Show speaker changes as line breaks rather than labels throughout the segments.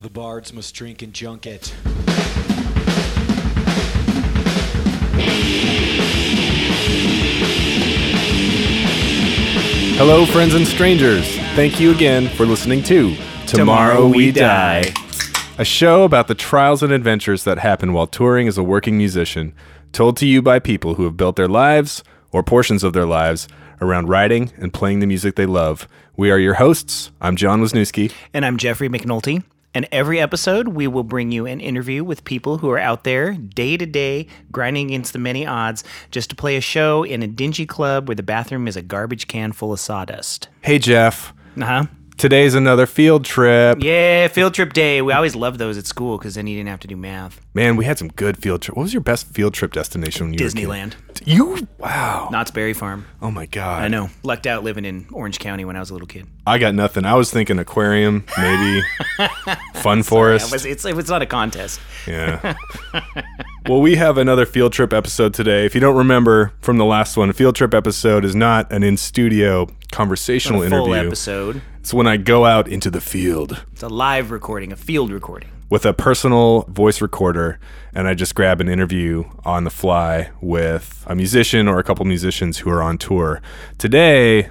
The bards must drink and junket.
Hello, friends and strangers. Thank you again for listening to a show about the trials and adventures that happen while touring as a working musician, told to you by people who have built their lives or portions of their lives around writing and playing the music they love. We are your hosts. I'm John Wisniewski.
And I'm Jeffrey McNulty. And every episode, we will bring you an interview with people who are out there day to day, grinding against the many odds, just to play a show in a dingy club where the bathroom is a garbage can full of sawdust.
Hey, Jeff.
Uh huh.
Today's another field trip.
Yeah, field trip day. We always loved those at school because then you didn't have to do math.
Man, we had some good field trip. What was your best field trip destination? When you were a kid?
Disneyland,
You wow.
Knott's Berry Farm.
Oh my god.
I know. Lucked out living in Orange County when I was a little kid.
I got nothing. I was thinking aquarium, maybe fun
I
forest.
was, it's, it's not a contest.
Yeah. well, we have another field trip episode today. If you don't remember from the last one, field trip episode is not an in studio conversational
Full
interview.
episode.
It's when I go out into the field
It's a live recording, a field recording.
with a personal voice recorder and I just grab an interview on the fly with a musician or a couple musicians who are on tour. Today,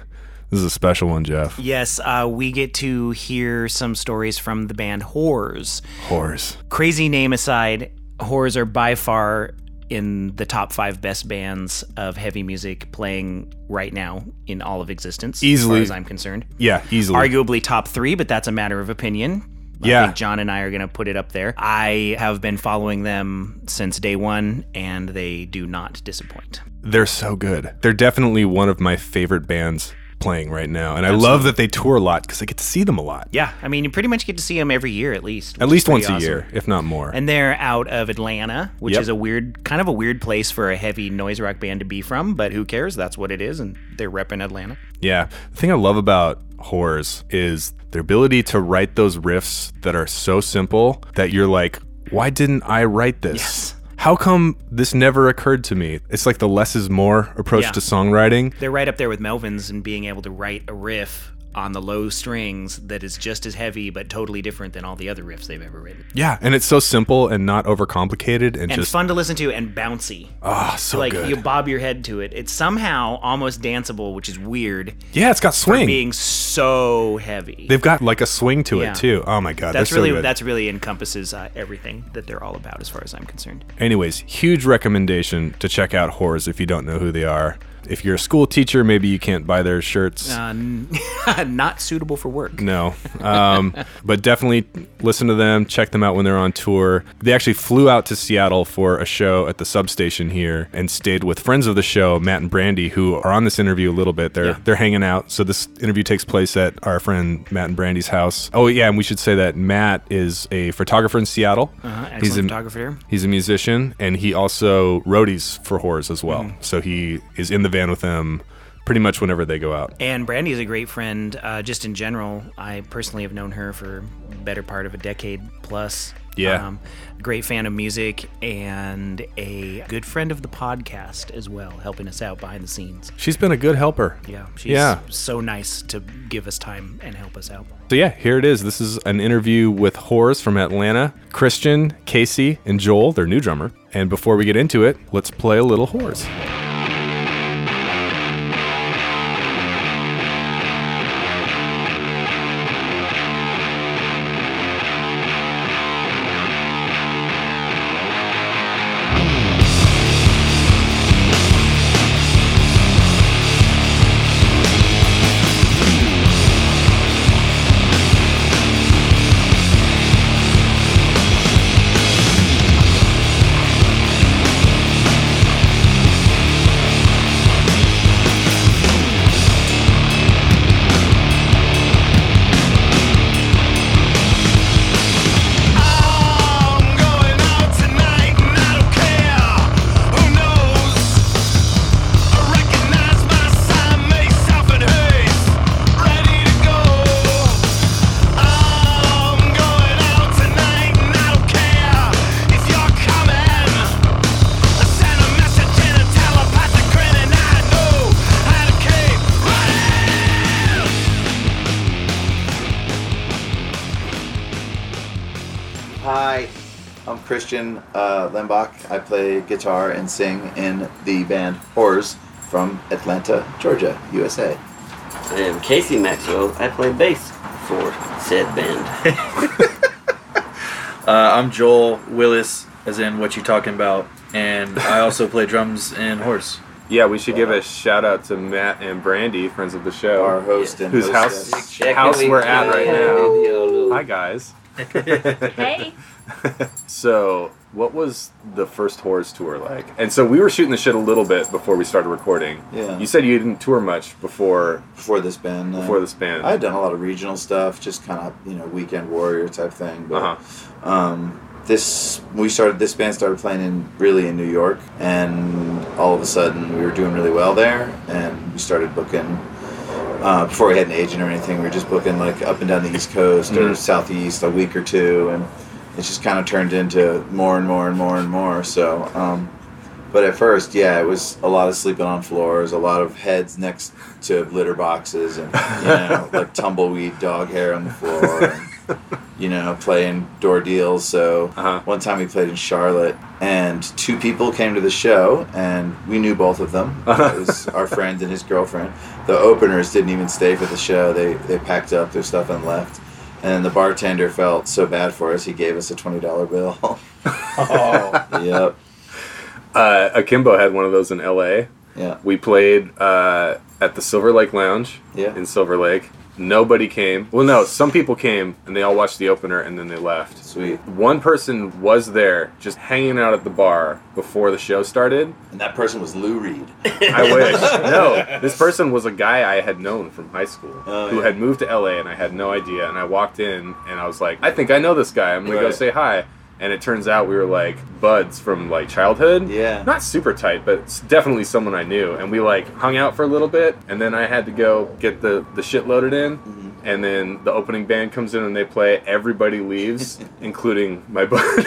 this is a special one, Jeff.
Yes, uh, we get to hear some stories from the band Whores.
Horse.
Crazy name aside, Whores are by far in the top five best bands of heavy music playing right now in all of existence.
Easily.
As far as I'm concerned.
Yeah, easily.
Arguably top three, but that's a matter of opinion. I
Yeah.
think John and I are going to put it up there. I have been following them since day one, and they do not disappoint.
They're so good. They're definitely one of my favorite bands playing right now. And I love that they tour a lot because I get to see them a lot.
Yeah, I mean, you pretty much get to see them every year at least.
At
which is
least
pretty
once
awesome.
a year, if not more.
And they're out of Atlanta, which
Yep.
is a weird, kind of a weird place for a heavy noise rock band to be from, but who cares? That's what it is, and they're repping Atlanta.
yeah. The thing I love about horrors is their ability to write those riffs that are so simple that you're like, why didn't I write this?
Yes.
How come this never occurred to me? It's like the less is more approach
Yeah.
to songwriting.
They're right up there with Melvin's and being able to write a riff on the low strings that is just as heavy but totally different than all the other riffs they've ever written.
Yeah. And it's so simple and not overcomplicated and,
And
just,
fun to listen to and bouncy.
ah, so
like
good.
you bob your head to it. It's somehow almost danceable, which is weird,
yeah, it's got swing.
being so heavy.
They've got like a swing to
Yeah.
it too. Oh my god,
that's
they're so
really
good.
that's really encompasses uh, everything that they're all about as far as I'm concerned.
Anyways, huge recommendation to check out Horrors if you don't know who they are. If you're a school teacher, maybe you can't buy their shirts.
Uh, n- not suitable for work.
No, um, but definitely listen to them. Check them out when they're on tour. They actually flew out to Seattle for a show at the substation here and stayed with friends of the show, Matt and Brandy, who are on this interview a little bit. They're
Yeah.
they're hanging out. So this interview takes place at our friend Matt and Brandy's house. Oh yeah, and we should say that Matt is a photographer in Seattle.
Uh, excellent
He's a-
photographer.
He's a musician and he also roadies for horrors as well. So he is in the van with them pretty much whenever they go out.
And Brandy is a great friend, uh, just in general. I personally have known her for better part of a decade plus. Um,
Yeah.
great fan of music and a good friend of the podcast as well, helping us out behind the scenes.
She's been a good helper.
Yeah, she's
Yeah.
so nice to give us time and help us out.
So yeah, here it is. This is an interview with horrors from Atlanta, Christian, Casey, and Joel, their new drummer. And before we get into it, let's play a little horrors.
Hi, I'm Christian uh, Lembach. I play guitar and sing in the band Horrors from Atlanta, Georgia, USA.
I am Casey Maxwell. I play bass for said band.
Uh, I'm Joel Willis, as in what you talking about, and I also play drums and horse.
Yeah, we should give a shout out to Matt and Brandy, friends of the show.
Our host and
Whose
hostess.
house- House we're at right now. Hi guys.
Hey,
So, what was the first Horrors tour like? And so we were shooting the shit a little bit before we started recording.
Yeah.
You said you didn't tour much before
Before this band, uh,
before this band.
I had done a lot of regional stuff, just kind of you know weekend warrior type thing. But
Uh-huh.
um, this we started this band started playing in really in New York, and all of a sudden we were doing really well there, and we started booking. Uh, before we had an agent or anything, we were just booking like up and down the East Coast or Southeast a week or two, and it just kind of turned into more and more and more and more. So, um, but at first, yeah, it was a lot of sleeping on floors, a lot of heads next to litter boxes, and you know, like tumbleweed dog hair on the floor. And, you know, playing door deals. So
Uh-huh.
one time we played in Charlotte, and two people came to the show, and we knew both of them. It was our friend and his girlfriend. The openers didn't even stay for the show; they they packed up their stuff and left. And the bartender felt so bad for us; he gave us a twenty dollar bill. oh, yep,
Uh, Akimbo had one of those in L.A.
yeah,
We played uh, at the Silver Lake Lounge
Yeah.
in Silver Lake. Nobody came. Well, no, some people came and they all watched the opener and then they left.
sweet.
One person was there just hanging out at the bar before the show started.
And that person was Lou Reed.
I wish. No, this person was a guy I had known from high school
Oh,
who
yeah.
had moved to LA and I had no idea. And I walked in and I was like, I think I know this guy. I'm going to go
Right.
say hi. And it turns out we were like buds from like childhood.
Yeah.
Not super tight, but it's definitely someone I knew. And we like hung out for a little bit. And then I had to go get the, the shit loaded in.
Mm-hmm.
And then the opening band comes in and they play. Everybody leaves, including my bud.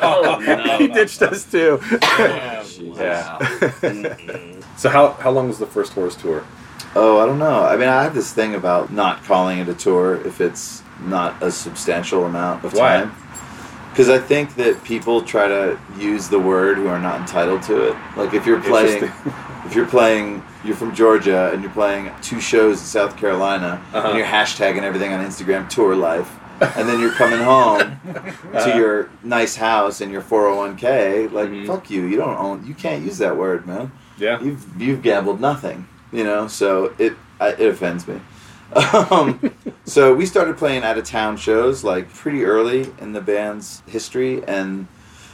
Oh, no.
he ditched us too.
Oh,
Wow.
Mm-hmm.
Mm-mm.
so, how, how long was the first horse tour?
Oh, I don't know. I mean, I have this thing about not calling it a tour if it's not a substantial amount of
Why?
time. Because I think that people try to use the word who are not entitled to it. Like if you're playing, if you're playing, you're from Georgia and you're playing two shows in South Carolina and you're hashtagging everything on Instagram tour life, and then you're coming home to your nice house and your 401k. Like fuck you, you don't own, you can't use that word, man
Yeah.
you've you've gambled nothing, you know. So it I, it offends me. Um, so we started playing out of town shows like pretty early in the band's history, and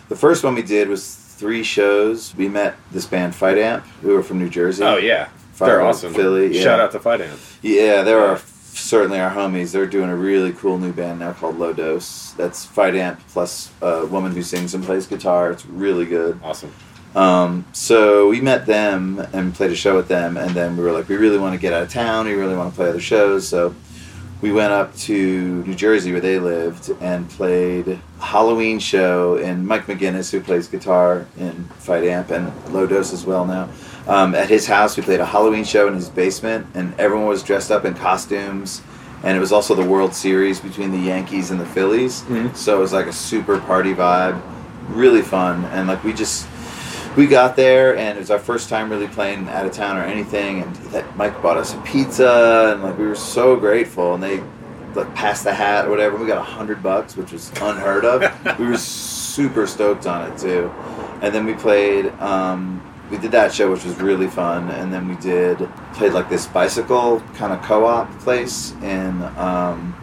the first one we did was three shows. We met this band Fight Amp. We were from New Jersey.
Oh yeah,
Fire
they're
Rock
awesome.
Philly, yeah.
Shout out to Fight Amp.
Yeah, they're our, certainly our homies. They're doing a really cool new band now called Low Dose. That's Fight Amp plus a woman who sings and plays guitar. It's really good.
Awesome.
Um, so we met them and played a show with them, and then we were like, we really want to get out of town. We really want to play other shows. So we went up to New Jersey where they lived and played a Halloween show. And Mike McGinnis, who plays guitar in Fight Amp and Low Dose as well now, um, at his house we played a Halloween show in his basement, and everyone was dressed up in costumes. And it was also the World Series between the Yankees and the Phillies, so it was like a super party vibe, really fun. And like we just we got there and it was our first time really playing out of town or anything and that mike bought us a pizza and like we were so grateful and they like passed the hat or whatever we got a hundred bucks which was unheard of we were super stoked on it too and then we played um, we did that show which was really fun and then we did played like this bicycle kind of co-op place in um,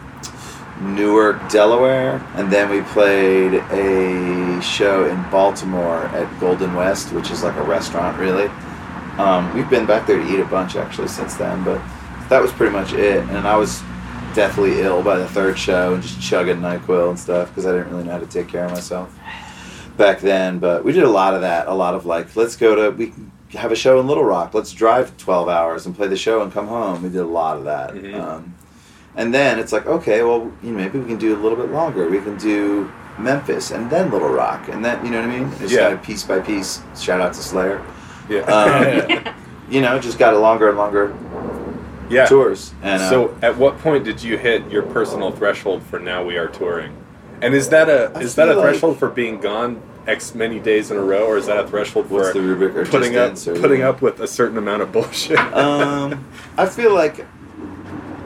Newark, Delaware, and then we played a show in Baltimore at Golden West, which is like a restaurant, really. Um, we've been back there to eat a bunch actually since then, but that was pretty much it. And I was deathly ill by the third show and just chugging Nyquil and stuff because I didn't really know how to take care of myself back then. But we did a lot of that, a lot of like, let's go to we can have a show in Little Rock, let's drive twelve hours and play the show and come home. We did a lot of that. Um, and then it's like, okay, well, you know, maybe we can do a little bit longer. We can do Memphis and then Little Rock, and then you know what I mean? It's
Yeah.
kind of piece by piece. Shout out to Slayer.
Yeah.
Um, you know, just got a longer and longer
yeah.
tours. And uh,
so, at what point did you hit your personal threshold for now we are touring? And is that a
I
is that a
feel like-
threshold for being gone X many days in a row, or is that a threshold for
What's the rubric or
putting up
distance or-
putting up with a certain amount of bullshit?
um, I feel like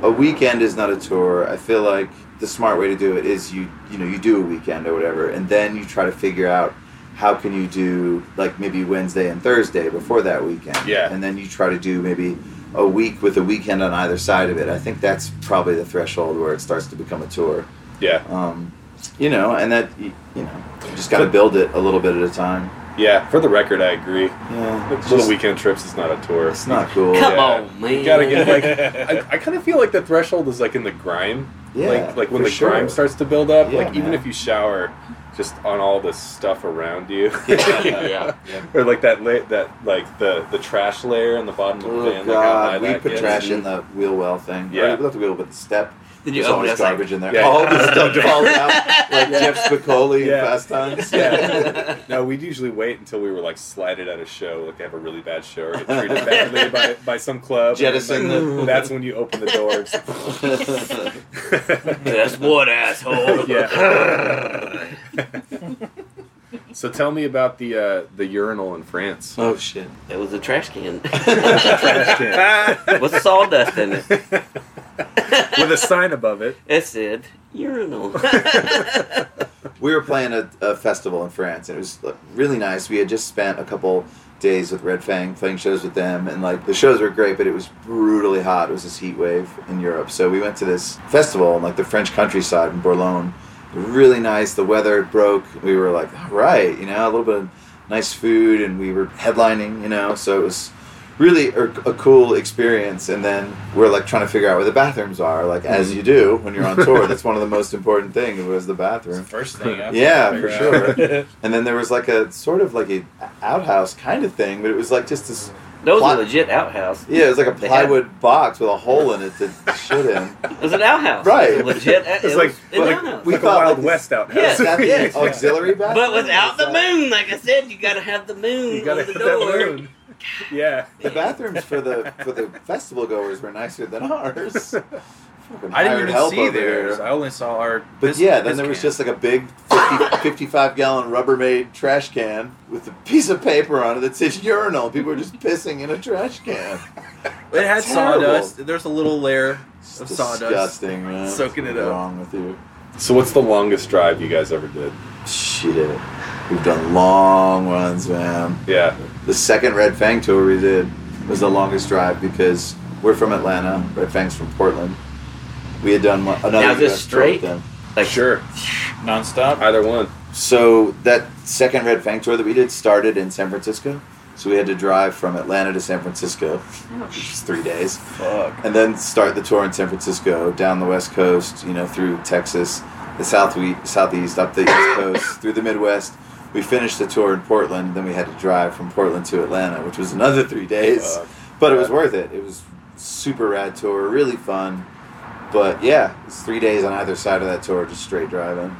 a weekend is not a tour. I feel like the smart way to do it is you you know you do a weekend or whatever, and then you try to figure out how can you do like maybe Wednesday and Thursday before that weekend.
Yeah.
and then you try to do maybe a week with a weekend on either side of it. I think that's probably the threshold where it starts to become a tour.
yeah,
Um, you know, and that y- you know you just got to build it a little bit at a time.
yeah. For the record, I agree.
Yeah, it's
Little
just-
weekend trips is not a tour.
It's not cool.
Come
Yeah.
on, man.
You gotta get like I, I kind of feel like the threshold is like in the grime.
Yeah,
like like when
for
the
sure.
grime starts to build up.
Yeah,
like even
man.
if you shower, just on all the stuff around you.
yeah.
Or like that la- that like the the trash layer in the bottom of the
Oh
van. like how high
god, we
that
put
gets.
trash in the wheel well thing.
Yeah.
Yeah, not the wheel, but the step.
Then you
There's
open it,
always
it's like-
garbage in there.
Yeah.
All the stuff falls out, like
Yeah.
Jeff Spicoli
Yeah.
in Fast Times.
Yeah. No, we'd usually wait until we were like slighted at a show, like they have a really bad show or get treated badly by, by some club.
Jettison
And then,
the-
like, That's when you open the doors.
That's what asshole.
yeah. so tell me about the uh, the urinal in France.
oh shit.
It was a trash can.
Trash can.
With sawdust in it.
With a sign above it.
It said urinal.
We were playing a, a festival in France, and it was like, really nice. We had just spent a couple days with Red Fang playing shows with them, and like the shows were great, but it was brutally hot. It was this heat wave in Europe, so we went to this festival in like the French countryside in Bourlon. Really nice. The weather broke. We were like, all right, you know, a little bit of nice food, and we were headlining, you know, so it was really a, a cool experience and then we're like trying to figure out where the bathrooms are like as
Mm-hmm.
you do when you're on tour that's one of the most important things was the bathroom
First thing. I
Yeah,
figure
for
out.
and then there was like a sort of like a outhouse kind of thing, but it was like just this.
That was
Plot-
a legit outhouse.
Yeah, it was like a
They had-
plywood box with a hole in it to shit in.
It was an outhouse.
Right.
It was a legit. It
It's
was
like,
an
like,
outhouse.
we
like a
thought,
Wild
like,
West outhouse.
Yeah,
Is that it? Auxiliary bathroom.
but without the
Is that-
moon, like I said, you gotta have the moon
You gotta
on the
hit
door.
that balloon. Yeah.
The bathrooms for the for the festival goers were nicer than ours. Fucking
I
hired
didn't even
help
see
over
theirs.
here.
I only saw our.
But
piss-
yeah, then
piss
there was
can.
just like a big 50, 55 gallon Rubbermaid trash can with a piece of paper on it that says urinal. People were just pissing in a trash can.
It
Terrible.
had sawdust. There's a little layer
It's
of sawdust.
disgusting, man.
Soaking it
What's
up.
Wrong with you?
So what's the longest drive you guys ever did?
Shit. We've done long ones, man.
Yeah.
The second Red Fang tour we did was the longest drive because we're from Atlanta. Red Fang's from Portland. We had done one, another
Now, is this
US tour with
straight?
them.
Like
Sure.
Nonstop.
Either one.
So that second Red Fang tour that we did started in San Francisco. So we had to drive from Atlanta to San Francisco, which is three days.
Fuck.
and then start the tour in San Francisco, down the West Coast, you know, through Texas, the south southeast, up the East Coast, through the Midwest. We finished the tour in Portland, then we had to drive from Portland to Atlanta, which was another three days.
Fuck.
but it was worth it. It was super rad tour, really fun. But yeah, it's three days on either side of that tour, just straight driving.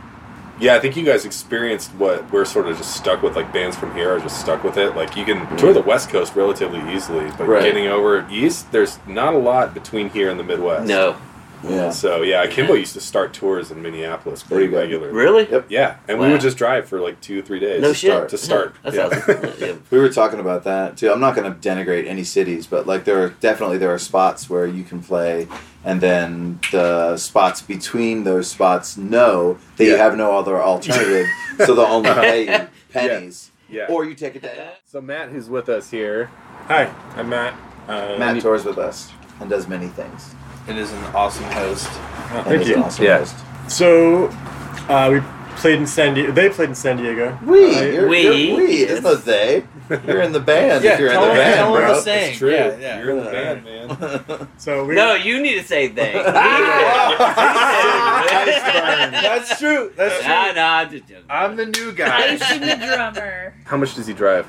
Yeah, I think you guys experienced what we're sort of just stuck with. Like bands from here are just stuck with it. Like you can tour the West Coast relatively easily, but
Right.
getting over east, there's not a lot between here and the Midwest.
no,
Yeah.
So yeah, Kimbo used to start tours in Minneapolis pretty
There you go.
regular.
really?
Yep.
Yeah, and we
Wow.
would just drive for like two, three days.
No
to
shit.
Start, to start.
That's
yeah.
awesome. Yeah.
We were talking about that too. I'm not going to denigrate any cities, but like there are definitely there are spots where you can play, and then the spots between those spots know that you
Yeah.
have no other alternative, so they'll only pay you pennies,
yeah.
or you take a day. off.
so Matt, who's with us here? Hi, I'm Matt. Uh,
Matt tours with us and does many things.
It is an awesome host.
oh,
And is an awesome
Yeah.
host.
So, uh, we played in San Diego. They played in San Diego.
We,
Uh,
you're,
We,
we, you're, we.
yes.
It's not they. You're in the band.
Yeah,
if you're in
tell
the
him- tell
band,
him
bro.
the same.
It's true.
Yeah, yeah.
You're in the band, man.
so we
No, you need to say they. "Ah,
Nice
That's true. That's
Nah, nah, I'm just joking.
I'm the new guy.
Ice in the drummer.
How much does he drive?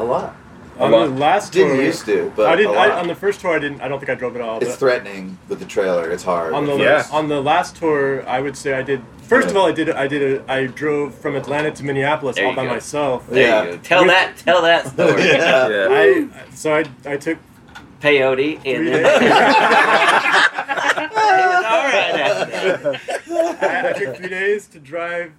a lot.
on the last tour.
Didn't used to, but
I didn't.
a lot.
I, on the first tour, I didn't. I don't think I drove at all.
it's
but
threatening with the trailer. It's hard.
on the
Yeah.
on the last tour, I would say I did. First of all, I did. I did. A, I drove from Atlanta to Minneapolis
There
all
you
by
go.
myself.
There
Yeah.
you go. Tell that, tell that story.
yeah.
Yeah.
I so I I took
Peyote and
three
then
days.
All right. now.
I, I took three days to drive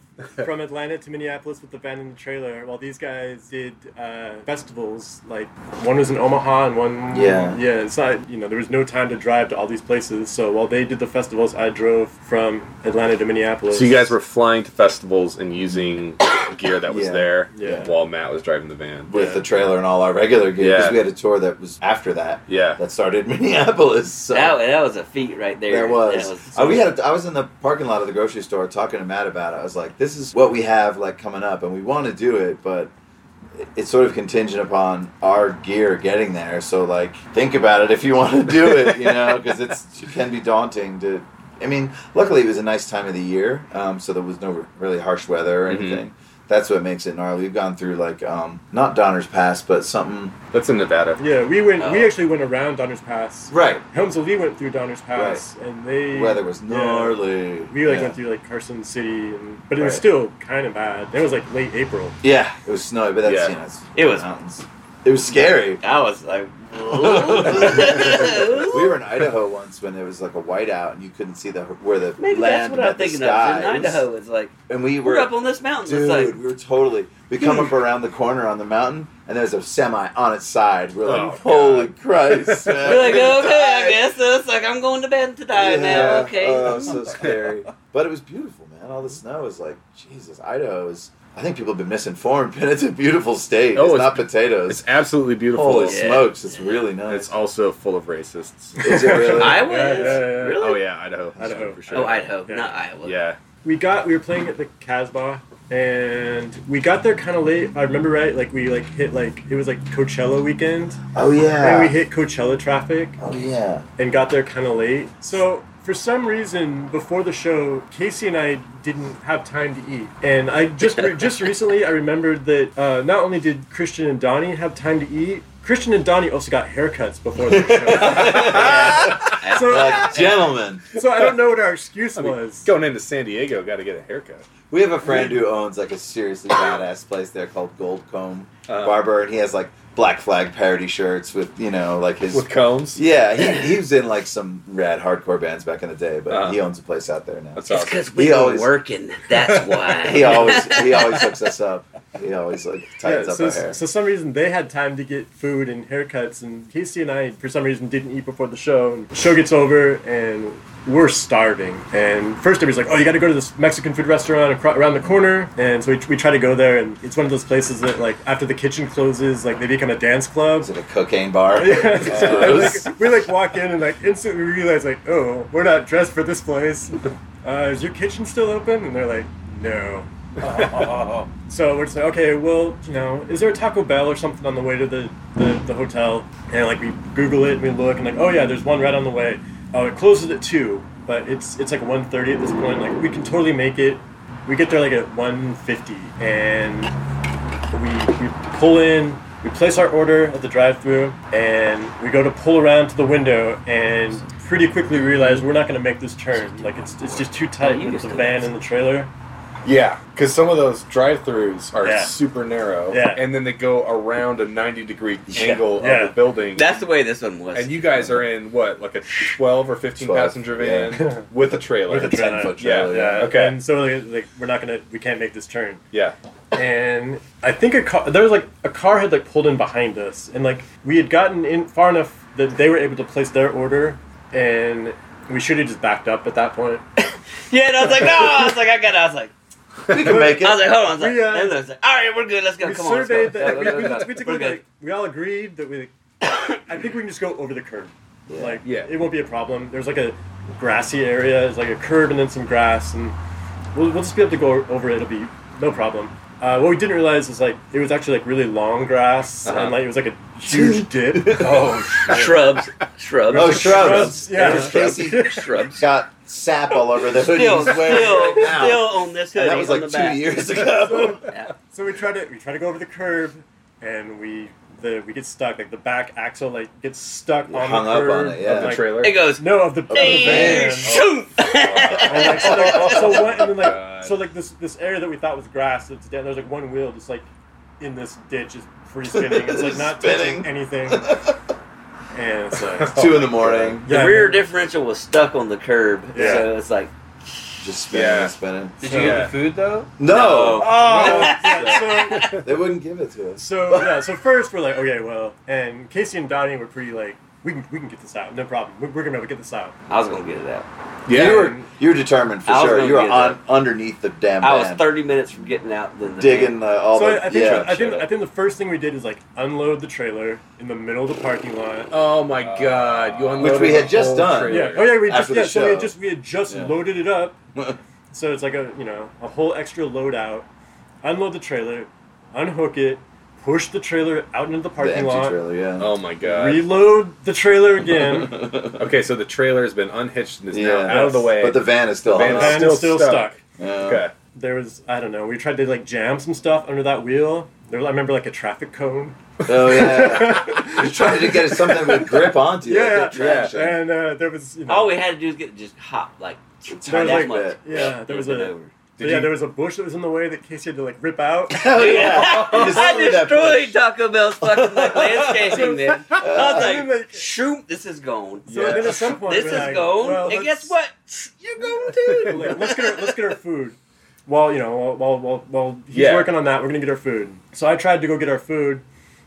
from Atlanta to Minneapolis with the van and the trailer, while these guys did uh, festivals. Like one was in Omaha and one
Yeah.
yeah. It's not you know there was no time to drive to all these places. So while they did the festivals, I drove from Atlanta to Minneapolis.
So you guys were flying to festivals and using gear that was
Yeah.
there
Yeah.
while Matt was driving the van.
with
Yeah.
the trailer and all our regular gear because
Yeah.
we had a tour that was after that.
Yeah.
that started in Minneapolis. So
That, that was a feat right there.
there was.
That was
Uh, we had. A, I was in the parking lot of the grocery store talking to Matt about it. I was like, "This is what we have like coming up, and we want to do it, but it- it's sort of contingent upon our gear getting there. So like, think about it if you want to do it, you know, because it's it can be daunting to. I mean, luckily it was a nice time of the year, um, so there was no really harsh weather or
Mhm.
anything. That's what makes it gnarly. We've gone through like um, not Donner's Pass, but something
That's in Nevada.
yeah, we went.
Oh.
We actually went around Donner's Pass.
right.
Helmsville V went through Donner's Pass, and they
Weather was
yeah.
gnarly.
We like
yeah.
went through like Carson City, and, but it was
Right.
still kind of bad. It was like late April.
Yeah, it was snowy, but that's
Yeah.
you know, it's
It was-
mountains. It was scary.
I was like,
we were in Idaho once when there was like a whiteout and you couldn't see the where the
maybe that's
land
what I'm
met the
thinking of. In
skies.
Idaho, it's like
And we
we're
were
up on this mountain.
dude,
It's like
we were totally. We come up around the corner on the mountain and there's a semi on its side. We're like,
Oh,
holy Christ! man,
We're like, "Oh,
we're gonna
okay, I
die."
guess that's like I'm going to bed to die now.
Yeah,
Okay.
Oh, so scary. But it was beautiful, man. All the snow is like, Jesus, Idaho is. I think people have been misinformed, but it's a beautiful state.
Oh,
it's,
it's-
not potatoes.
It's absolutely beautiful.
Holy
Oh, Yeah.
smokes, it's really
And it's
nice.
also full of racists.
Is it really?
Iowa
Yeah,
is
yeah, yeah.
really.
oh yeah, Idaho.
Idaho.
for sure.
Oh, Idaho,
Yeah.
not Iowa.
Yeah.
we got we were playing at the Casbah and we got there kind of late. I remember right, like we like hit like it was like Coachella weekend,
oh yeah.
and we hit Coachella traffic
oh yeah.
and got there kind of late. So for some reason, before the show, Casey and I didn't have time to eat, and I just re- just recently I remembered that uh, not only did Christian and Donnie have time to eat, Christian and Donnie also got haircuts before the show. so,
Like, gentlemen,
so I don't know what our excuse was.
Going into San Diego, got to get a haircut.
we have a friend who owns like a seriously badass place there called Gold Comb Barber, and he has like black flag parody shirts with you know like his.
With combs.
Yeah, he, he was in like some rad hardcore bands back in the day, but
Uh-huh.
he owns a place out there now.
That's
It's
awesome.
because we
He
were
always-
working. That's why.
he always he always hooks us up. He always like tightens
Yeah,
up
so,
our hair.
so some reason they had time to get food and haircuts, and Casey and I, for some reason, didn't eat before the show. And show gets over, and we're starving. And first, everybody's like, "Oh, you got to go to this Mexican food restaurant acro- around the corner." And so we, we try to go there, and it's one of those places that, like, after the kitchen closes, like they become a dance club.
Is it a cocaine bar?
Yeah, so,
Uh,
like, we like walk in and like instantly realize like, oh, we're not dressed for this place. Uh, is your kitchen still open? And they're like, no. so we're just like, okay, well, you know, is there a Taco Bell or something on the way to the, the, the hotel? And like we Google it and we look and like, oh yeah, there's one right on the way. Oh, it closes at two, but it's it's like 1.30 at this point. Like we can totally make it. We get there like at 1.50 and we, we pull in, we place our order at the drive through, and we go to pull around to the window and pretty quickly realize we're not going to make this turn. Like, it's, it's just too tight
you
with
just
the
do
van
it.
and the trailer.
Yeah, because some of those drive-throughs are
Yeah.
super narrow,
Yeah.
and then they go around a ninety-degree
Yeah.
angle
Yeah.
of the building.
That's the way this one was.
and you guys are in what, like a twelve or fifteen
12,
passenger van
yeah.
with a trailer.
With a trailer.
Ten foot trailer.
Yeah. Okay.
And so, like, like, we're not going to, we can't make this turn.
Yeah,
and I think a car there was like a car had like pulled in behind us, and like we had gotten in far enough that they were able to place their order, and we should have just backed up at that point.
yeah, and I was like, no, I was like, I got it. I was like,
We can make
I was
it.
like, hold on. I was like,
We, uh,
and I was like, all right, we're good. Let's go.
We
Come on. Let's go.
surveyed that.
Yeah,
we,
no, no,
we,
no.
we took
We're
a look,
good.
like, we all agreed that we. I think we can just go over the curb. Like,
Yeah.
it won't be a problem. There's like a grassy area. There's like a curb and then some grass, and we'll, we'll just be able to go over it. It'll be no problem. Uh, what we didn't realize is like it was actually like really long grass,
Uh-huh.
and like it was like a huge dip. oh
Shrubs. Shrubs.
Oh, shrubs.
Shrubs, yeah.
Casey
Shrubs.
got sap all over the hoodie
Still,
he's
still,
wearing right now.
still on this hoodie
and that was
on
like
the
two
back.
years ago.
Yeah.
So we try to we try to go over the curb, and we the we get stuck like the back axle like gets stuck on
Hung
the
up
curb
on it, yeah.
of
the
like-
trailer.
It goes.
No, of the, of the
Hey,
van.
shoot!
And like, so, like, so one, and then, like
God.
so like this this area that we thought was grass that's down there's like one wheel just like in this ditch is free spinning. It's like not
Spinning.
touching anything. and it's like
Two in the morning,
The
Yeah, I
rear
remember.
differential was stuck on the curb,
Yeah.
so it's like
just spinning
Yeah.
and spinning.
Did you get the food though?
No,
oh yeah, so,
they wouldn't give it to us.
So yeah, so first we're like, okay, well, and Casey and Donnie were pretty like, we can we can get this out, no problem. We're, we're gonna be able to get this out.
I was gonna get it out.
You were you were determined for
I was
sure.
gonna
You were
get
on underneath the damn.
I was
van,
30 minutes from getting out. Then the
digging the, all
so
the
I, I think
yeah.
I think
shit.
I think the first thing we did is like unload the trailer in the middle of the parking lot.
Oh my god, you unloaded
Which we had
the
just
whole
done.
trailer.
yeah. Oh yeah, we just
After the
yeah, so we had
show.
just we had just
Yeah.
loaded it up. So it's like a you know a whole extra load out. Unload the trailer, unhook it, push the trailer out into
the
the parking
empty
lot,
trailer. Yeah.
Oh my god.
reload the trailer again.
Okay, so the trailer has been unhitched and is now
Yeah.
out of the way.
But the van is still
Van
on
is
us.
and it's
still
still
stuck.
stuck.
Yeah.
okay.
there was I don't know. We tried to like jam some stuff under that wheel. There was, I remember like a traffic cone.
Oh yeah. Just trying to get it something that would grip onto.
Yeah,
like,
yeah,
get traction.
And uh, there was you know,
All we had to do is get just hop like
There
that
was
like
much.
that.
yeah, there was
It
a
over.
yeah, there was a bush that was in the way that Casey had to like rip out.
Hell Oh, yeah. You
I
destroyed that
destroyed
place.
Taco Bell's fucking like, landscaping. Then I
And
was
then,
like, "Shoot, this is gone.
So then at some point
This
we're
is
like,
gone."
well,
and
let's-
guess what? You're going too.
like, let's get our, let's get our food. While you know, while while while, while he's
Yeah.
working on that, we're gonna get our food. So I tried to go get our food.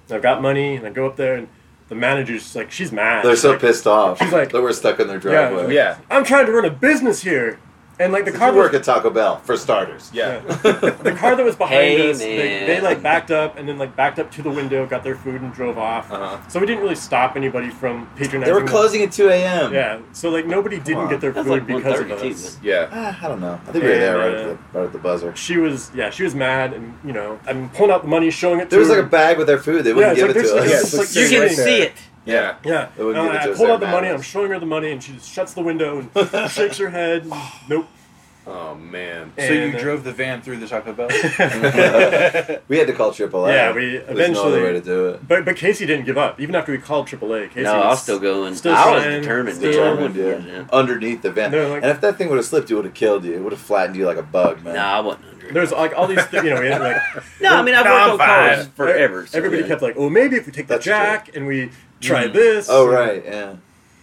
and I've got money, and I go up there, and the manager's just like, she's mad.
They're
She's
so
like,
pissed off.
She's like-
that we're stuck in their
Yeah.
driveway.
Yeah.
I'm trying to run a business here, and like the
Did
car
you work
was-
at Taco Bell for starters.
Yeah.
the car that was behind
Hey,
us, they,
man.
they like backed up and then like backed up to the window, got their food and drove off.
Uh-huh.
So we didn't really stop anybody from
They
patronizing.
were closing at 2 a.m.
us. Yeah, so like nobody didn't
on.
get their
That's
food
like
because of
1:32,
us.
Yeah.
Ah, I don't know. I think we were there right at the, right at the buzzer.
She was yeah, she was mad and you know I'm pulling out the money, showing it.
There
to
was like a
her.
bag with their food. They
yeah,
wouldn't
it's like
give it
there's
to
like,
us.
Yeah, it's
it's
like
just,
You
like,
can
right
see
there.
it.
Yeah.
Yeah,
They wouldn't
and
give it
I,
to
I
us,
pull
they're
out the
mad
money.
at
I'm
us.
showing her the money, and she just shuts the window and shakes her head. and Nope.
Oh man.
So you
And, uh,
drove the van through the Taco Bell?
We had to call AAA.
Yeah, we
There's no other
eventually-
way to do it.
But but Casey didn't give up even after we called AAA. Casey
No, I
was
was still going.
still
I was
trying,
determined.
still
man. I
Determined,
wouldn't
yeah.
give it up.
Underneath the van.
They're like-
and if that thing would have slipped, it would have killed you. It would have flattened you like a bug, man.
No, I wasn't under it.
There's like all these, th- you know, we had like
No, I mean I've
No, I'm
worked on cars
fine.
forever. so
Everybody
yeah. Mm.
kept like, "Oh, maybe if we take
That's
the jack and we try this."
Oh, right, yeah.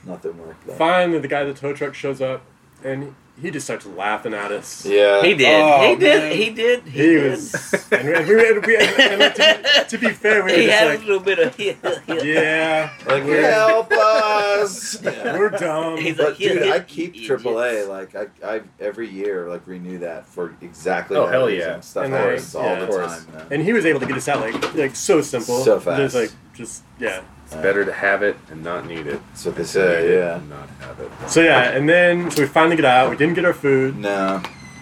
Nothing worked. though.
Finally, the guy at the tow truck shows up, and he just starts laughing at us.
Yeah.
He did.
Oh,
he did.
man.
He did. He,
He
did.
was, and we, and we, and we- and, and to, be, to be fair, we were
He had a
just like,
little bit of.
"Yeah,
Like,
we're,
help us. Yeah.
we're dumb."
He's like,
But dude,
"You
I keep
idiots."
AAA. Like I, I every year like renew that for exactly.
Oh,
that
hell
reason.
yeah.
Stuff
And
happens
like,
all
yeah.
the
Of course.
time. man.
and he was able to get us out like like so simple,
So fast.
Just like just yeah.
It's better to have it and not need it.
That's what they
Need
say.
it
Yeah.
and Not have it.
So yeah, and then so we finally get out. We didn't get our food.
No.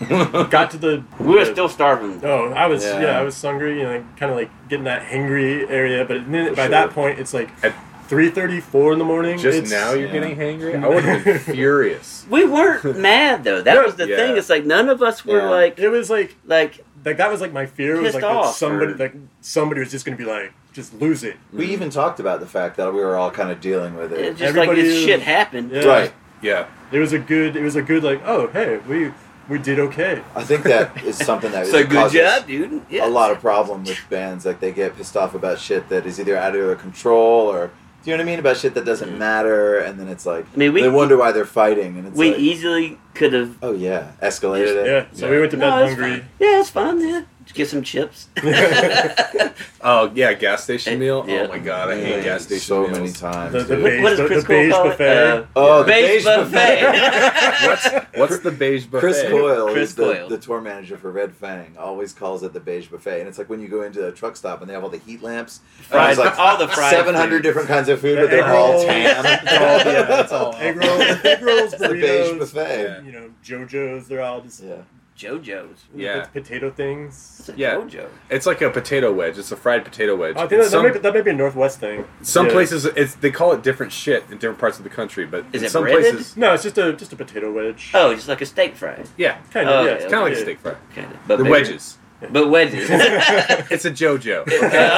Got to the
We were
the-
still starving.
Oh, I was
Yeah.
yeah, I was hungry and like, kind of like getting that hangry area, but then
For
by
sure.
that point it's like
At-
three thirty four in the morning.
Just
it's,
now you're
yeah.
getting hangry. I would have been furious.
We weren't mad though. That was the
Yeah.
thing. It's like none of us were
Yeah.
like
It was like
like
like that was like my fear was
Pissed
like that
off,
somebody
or-
like somebody was just gonna be like just lose it.
We even talked about the fact that we were all kind of dealing with
it's
it.
just
Everybody-
like this shit happened.
Yeah.
Right.
Yeah.
It was a good it was a good like oh hey we we did okay.
I think that is something that
So good
causes
job, dude.
a
Yeah.
lot of problem with bands. Like they get pissed off about shit that is either out of their control or. Do you know what I mean about shit that doesn't matter, and then it's like
I mean, we-
they wonder why they're fighting, and it's
We
like,
easily could have.
oh yeah, escalated it.
Yeah. So we went to bed
No, it's
hungry.
fine. Yeah, it's fine. Yeah, Just get some chips.
Oh yeah, gas station meal.
Yeah.
Oh my god, I hate
Yeah,
gas station
so
meals.
many times.
The, the
dude.
beige,
what does
the,
Chris
the
Cole
beige
call
buffet.
it? Uh,
oh, the
beige buffet.
What's the beige buffet?
Chris Coyle,
Chris
is the,
Coyle.
the tour manager for Red Fang, always calls it the Beige Buffet, and it's like when you go into a truck stop and they have all the heat lamps,
Fried-
and there's like
all the fried
seven hundred
food.
different kinds of food, but
The
they're
egg
all
rolls.
tam.
all-
yeah, that's all.
Egg rolls, egg rolls,
The Beige
burritos,
Buffet.
you know, JoJo's, they're all just
Yeah,
JoJo's.
Yeah.
potato things.
It's a
Yeah.
JoJo.
It's like a potato wedge. It's a fried potato wedge.
I think that,
some
that, may, be- that may be a Northwest thing.
some
Yeah.
places it's they call it different shit in different parts of the country, but
Is
in
it
some
breaded?
places,
No, it's just a just a potato wedge.
Oh, just like a steak fry.
yeah,
Kind of,
Oh,
yeah.
it's
okay,
kind of like
yeah.
a steak fry.
Kind of. But
The
bigger.
wedges.
But wedges.
It's a JoJo. Okay.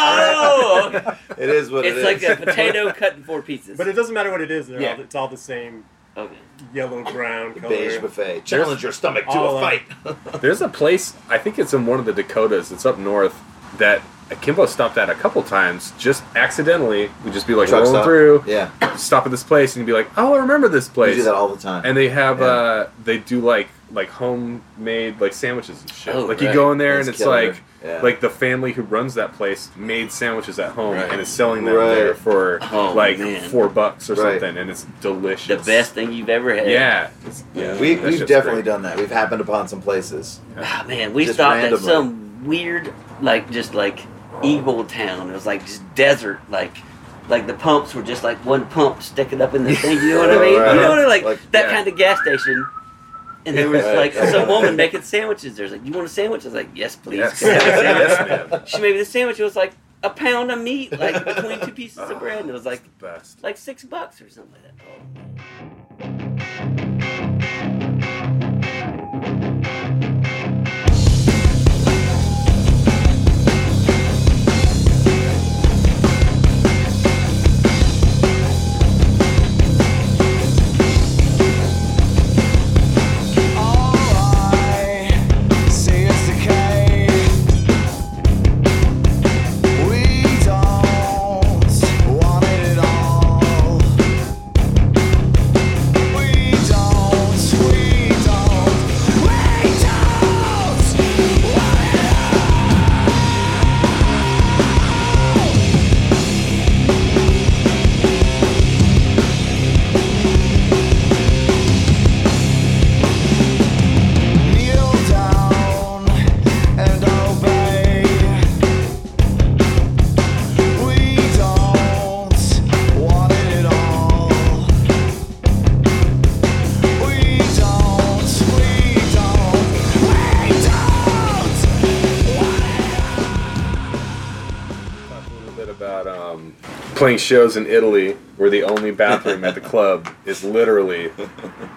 oh,
it is what
it's
it
like
is.
a potato cut in four pieces.
But it doesn't matter what it is. They're
Yeah.
all, it's all the same
okay.
yellow brown color.
Beige Buffet. Challenge your stomach to
All uh,
a
of-
fight.
There's a place I think it's in one of the Dakotas. It's up north that Akimbo stopped at a couple times just accidentally. We'd just be like
Truck
rolling
stop.
through,
Yeah,
stop at this place, and you'd be like, "Oh, I remember this
we
place."
do that all the time.
and they have
Yeah.
uh, they do like like homemade like sandwiches and shit.
Oh,
like you
right.
go in there
That's
and it's
killer.
like
Yeah.
like the family who runs that place made sandwiches at home
Right.
and is selling them
Right.
there for
Oh,
like
man.
four bucks or
Right.
something, and it's
The
delicious.
best thing you've ever had.
Yeah. It's- yeah.
we,
that
we've
shit's
definitely
great.
done that. We've happened upon some places.
Ah, man, we
Just
stopped
randomly.
at some weird, like, just like evil town. It was like just desert, like. Like the pumps were just like one pump sticking up in the thing, you know what I mean? You know what I mean? Like,
Like,
that
yeah.
kind of gas station. And there was like some woman making sandwiches. There's like, you want a sandwich? I was like, yes, please.
Yes.
Can I have a sandwich?"
yes, man.
She made me the sandwich. It was like a pound of meat, like between two pieces of bread, and it was like
Best.
like six bucks or something like that.
Talk a little bit about um, playing shows in Italy, where the only bathroom at the club is literally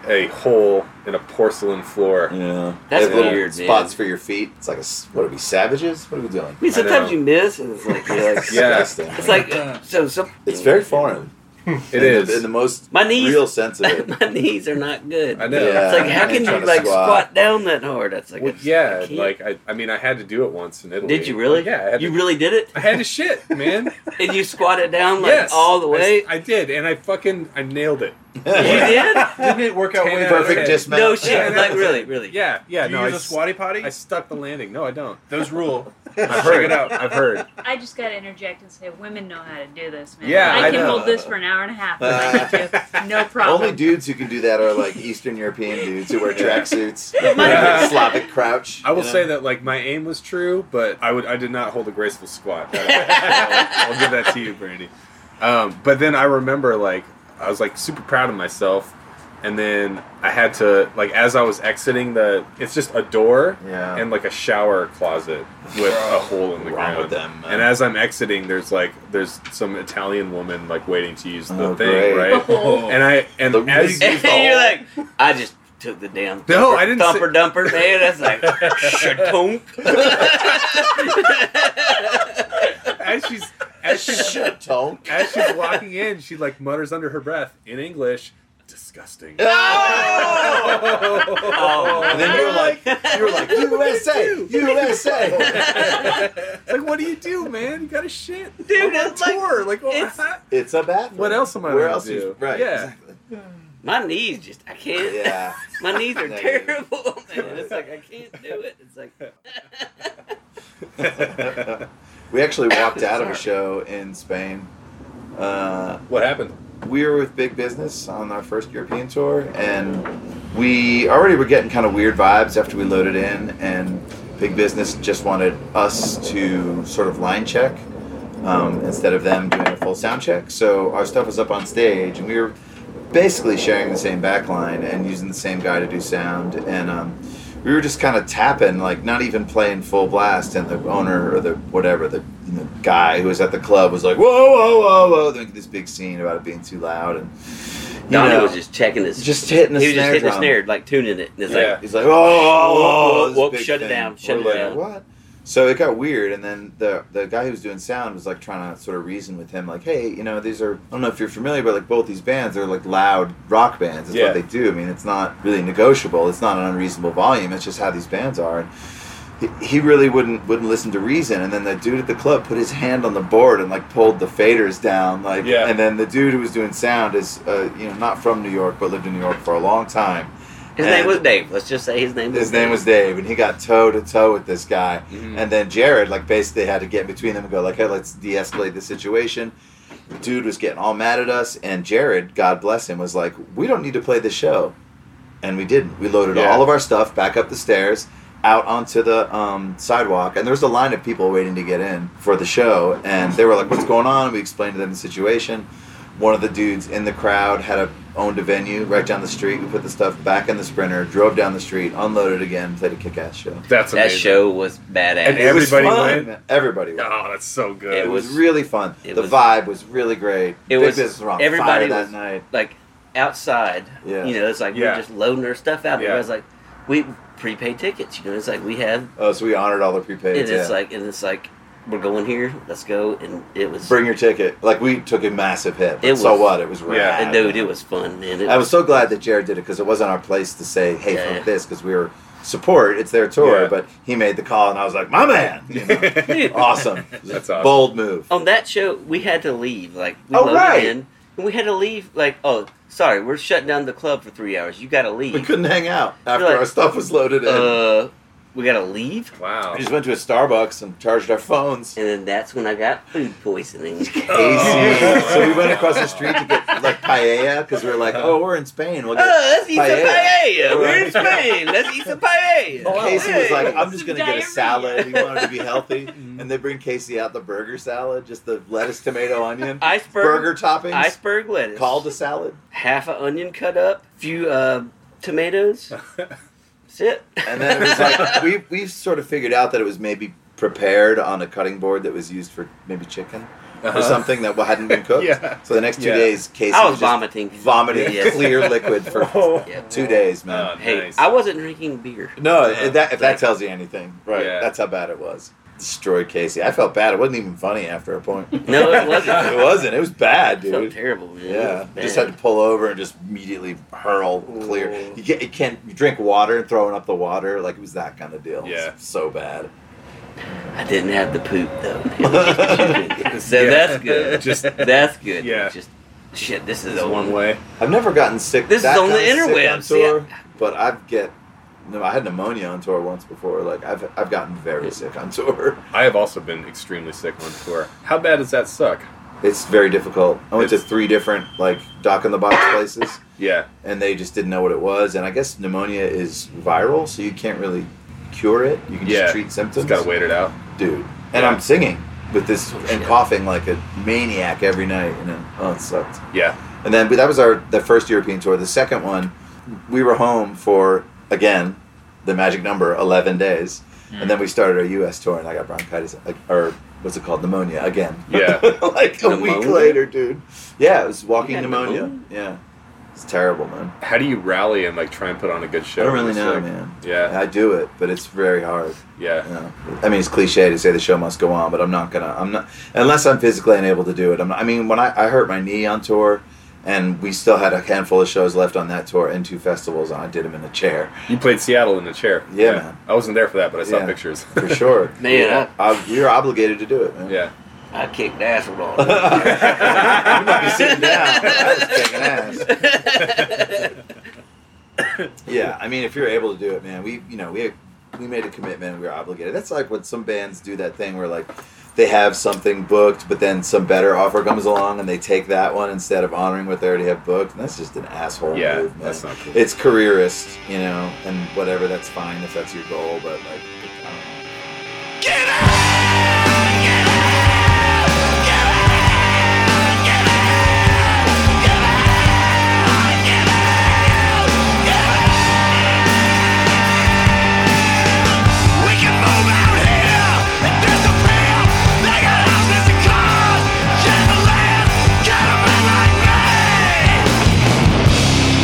a hole in a porcelain floor.
Yeah,
That's
They have little
weird, man.
Spots for your feet. It's like a s- what are we savages? What are we doing?
I mean, sometimes
know.
you miss, and it's like, you're like
Yeah.
Disgusting.
it's like uh, so. Some
it's very foreign.
It
in
is.
the, in the most
My knees-
real sense of it.
my knees are not good.
I know.
Yeah.
It's like how
I'm
can
trying
you
to
like squat.
squat.
down that hard? That's like
Well,
it's- I
yeah,
can't.
like I, I mean, I had to do it once in Italy.
did you really?
Yeah, I had,
you
to,
really did it,
I had to shit, man.
and you squat it down like
yes,
all the way.
I, I did, and I fucking I nailed it.
you did?
Didn't it work out
Ten
way
out of ten.
better?
Perfect dismount.
No shit,
Yeah,
like
that's
really, really.
Yeah, yeah.
Do you
no, I,
use a squatty potty?
I stuck the landing. No, I don't.
Those rule.
I've heard.
it out.
I've heard.
I just got to interject and say women know how to do this, man.
Yeah,
I,
I
can
know.
hold this for an hour and a half. if I need to. no problem.
Only dudes who can do that are like Eastern European dudes who wear tracksuits,
Yeah.
Slavic crouch.
I will
you know?
say that like my aim was true, but I would I did not hold a graceful squat. I'll, I'll give that to you, Brandy. Um, but then I remember like I was like super proud of myself, and then I had to like as I was exiting the it's just a door
Yeah.
and like a shower closet with a hole in the
Wrong
ground.
with them, man.
And as I'm exiting, there's like there's some Italian woman like waiting to use the
Oh,
thing,
great.
right? And I and
The
as
really-
And you're like, I just took the damn thumper,
No, I didn't
thumper dumper, man. That's like shatunk.
as she's as she's
Shit, don't.
as she's walking in, she like mutters under her breath in English, "Disgusting."
Um, And then you're like, you're like USA, USA.
like, what do you do, man? You got to shit,
Dude, it's like-
tour. Like, what-
it's-
It's a bathroom.
what else am I?
Where
gonna
else?
do?
you- right.
Yeah.
My knees just, I can't.
Yeah.
My knees are
Negative.
terrible, man. It's like I can't do it. It's like
we actually walked out of a show in Spain. Uh,
What happened?
we were with Big Business on our first European tour, and we already were getting kind of weird vibes after we loaded in, and Big Business just wanted us to sort of line check um, instead of them doing a full sound check. So our stuff was up on stage, and we were basically sharing the same back line and using the same guy to do sound, and um, we were just kind of tapping, like not even playing full blast, and the owner or the whatever the you know, guy who was at the club was like, "Whoa, whoa, whoa, whoa!" They making this big scene about it being too loud, and you
Donnie
know,
was just checking this.
just hitting the
he was just
snare
hitting the
drum.
snare, like tuning it. And it's
Yeah.
like
He's like, oh, oh, oh,
Whoa,
this
whoa,
big
shut it
thing."
down, shut
We're
it
like,
down.
What? So it got weird, and then the the guy who was doing sound was like trying to sort of reason with him, like, hey, you know, these are I don't know if you're familiar, but like both these bands are like loud rock bands. It's
Yeah.
what they do. I mean, it's not really negotiable. It's not an unreasonable volume. It's just how these bands are. And he- he really wouldn't wouldn't listen to reason. And then the dude at the club put his hand on the board and like pulled the faders down. Like,
Yeah.
and then the dude who was doing sound is uh, you know not from New York but lived in New York for a long time.
His
And
name was Dave. Let's just say his name was
His name was Dave, and he got toe to toe with this guy. And then Jared, like, basically had to get between them and go, like, hey, let's de escalate the situation. Dude was getting all mad at us, and Jared, God bless him, was like, we don't need to play this show. And we didn't. We loaded
Yeah.
all of our stuff back up the stairs, out onto the um, sidewalk, and there was a line of people waiting to get in for the show. And they were like, what's going on? We explained to them the situation one of the dudes in the crowd had a, owned a venue right down the street. We put the stuff back in the sprinter, drove down the street, unloaded again, played a kick-ass show.
That's
That
amazing.
show was badass.
And
It was
everybody
fun,
went.
man. Everybody went.
Oh, that's so good.
It
It was
was-
really fun.
it
the
was-
vibe was really great.
It
Big
was-
Business were on fire
everybody
that
was-
night.
like outside.
Yeah.
You know, it's like
Yeah.
we're just loading our stuff out.
Yeah.
But I was like, we prepaid tickets. You know, it's like we have,
Oh, so we honored all the
and
prepaids.
it's
yeah.
like, and it's like, we're going here. Let's go. And it was,
bring your ticket. Like we took a massive hit. But
It
so
was-
what? It was rad.
Yeah,
and dude, it was fun, man. It
I was so glad that Jared did it because it wasn't our place to say, "Hey,
Yeah,
fuck
yeah.
this," because we were support. It's their tour,
Yeah.
but he made the call, and I was like, "My man, you know?
Dude,
awesome, It was a
That's awesome.
bold move."
on that show, we had to leave. Like, we
Oh,
loaded
right.
in, and we had to leave. Like, oh, sorry, we're shutting down the club for three hours. You got to
We
leave.
couldn't hang out after
You're like,
our stuff was loaded in.
Uh, we got to leave.
Wow.
we just went to a Starbucks and charged our phones.
And then that's when I got food poisoning.
AC. so we went across the street to get like paella because we were like, oh, we're in Spain. We'll get.
Oh, let's eat some
Paella.
paella. We're in Spain. Let's eat some paella.
Casey was like, I'm just
Some
gonna get a
diarrhea.
salad. He wanted to be healthy, and they bring Casey out the burger salad, just the lettuce, tomato, onion, burger
iceberg,
toppings,
iceberg lettuce,
called a salad,
half an onion cut up, few uh, tomatoes. That's it.
and then it was like we we sort of figured out that it was maybe prepared on a cutting board that was used for maybe chicken or something that hadn't been cooked.
Yeah.
So the next two
Yeah.
days, Casey
I
just
was vomiting.
vomiting
Yes.
clear liquid for
Oh.
Yeah.
two days, man.
Oh,
Hey,
nice.
I wasn't drinking beer.
No, if that if that
Like-
tells you anything, right?
Yeah.
That's how bad it was. Destroyed Casey. I felt bad. It wasn't even funny after a point. it
No, it wasn't.
wasn't. It was bad,
It felt
dude.
terrible, man. It
Yeah,
was
just
bad.
had to pull over and just immediately hurl clear. You, get, you can't you drink water and throwing up the water like it was that kind of deal. It was
Yeah.
so bad.
I didn't have the poop though. so that's good.
Just-
that's good.
Yeah.
Just shit. This is
It's
old.
one way.
I've never gotten sick.
This is
that
on the
kind of sick on
interwebs, yeah.
tour, but I've get no. I had pneumonia on tour once before. Like I've I've gotten very sick on tour.
I have also been extremely sick on tour. How bad does that suck?
It's very difficult. I went to
It's-
three different like doc in the box places,
Yeah.
and they just didn't know what it was. And I guess pneumonia is viral, so you can't really cure it. You can
Yeah.
just treat symptoms,
Just gotta wait it out.
dude. And I'm singing with this and
shit.
coughing like a maniac every night. You know, oh, it sucked.
Yeah.
And then but that was our the first European tour. The second one, we were home for again, the magic number, eleven days, and then we started our U.S. tour, and I got bronchitis, like, or what's it called, pneumonia again.
Yeah.
like a week
Pneumonia?
later, dude. Yeah, it was walking
You had
pneumonia.
pneumonia?
Yeah, it's terrible, man.
How do you rally and like try and put on a good show?
I don't really
It's
know,
like-
man.
Yeah.
I do it, but it's very hard.
Yeah.
Yeah. I mean, it's cliche to say the show must go on, but I'm not gonna. I'm not unless I'm physically unable to do it. I'm not, I mean, when I, I hurt my knee on tour, and we still had a handful of shows left on that tour and two festivals, and I did them in a chair
You played Seattle in a chair.
Yeah, man.
I wasn't there for that, but I saw
Yeah.
pictures.
for sure.
Man,
I, you're obligated to do it, man.
yeah.
I, I kicked ass with all that.
you might be sitting down. but I was kicking ass. yeah, I mean, if you're able to do it, man, we you know we we made a commitment. We were obligated. That's like when some bands do that thing where like they have something booked, but then some better offer comes along and they take that one instead of honoring what they already have booked. And that's just an asshole
Yeah.
move, man.
That's not cool.
it's careerist, you know, and whatever. That's fine if that's your goal, but like. I don't know.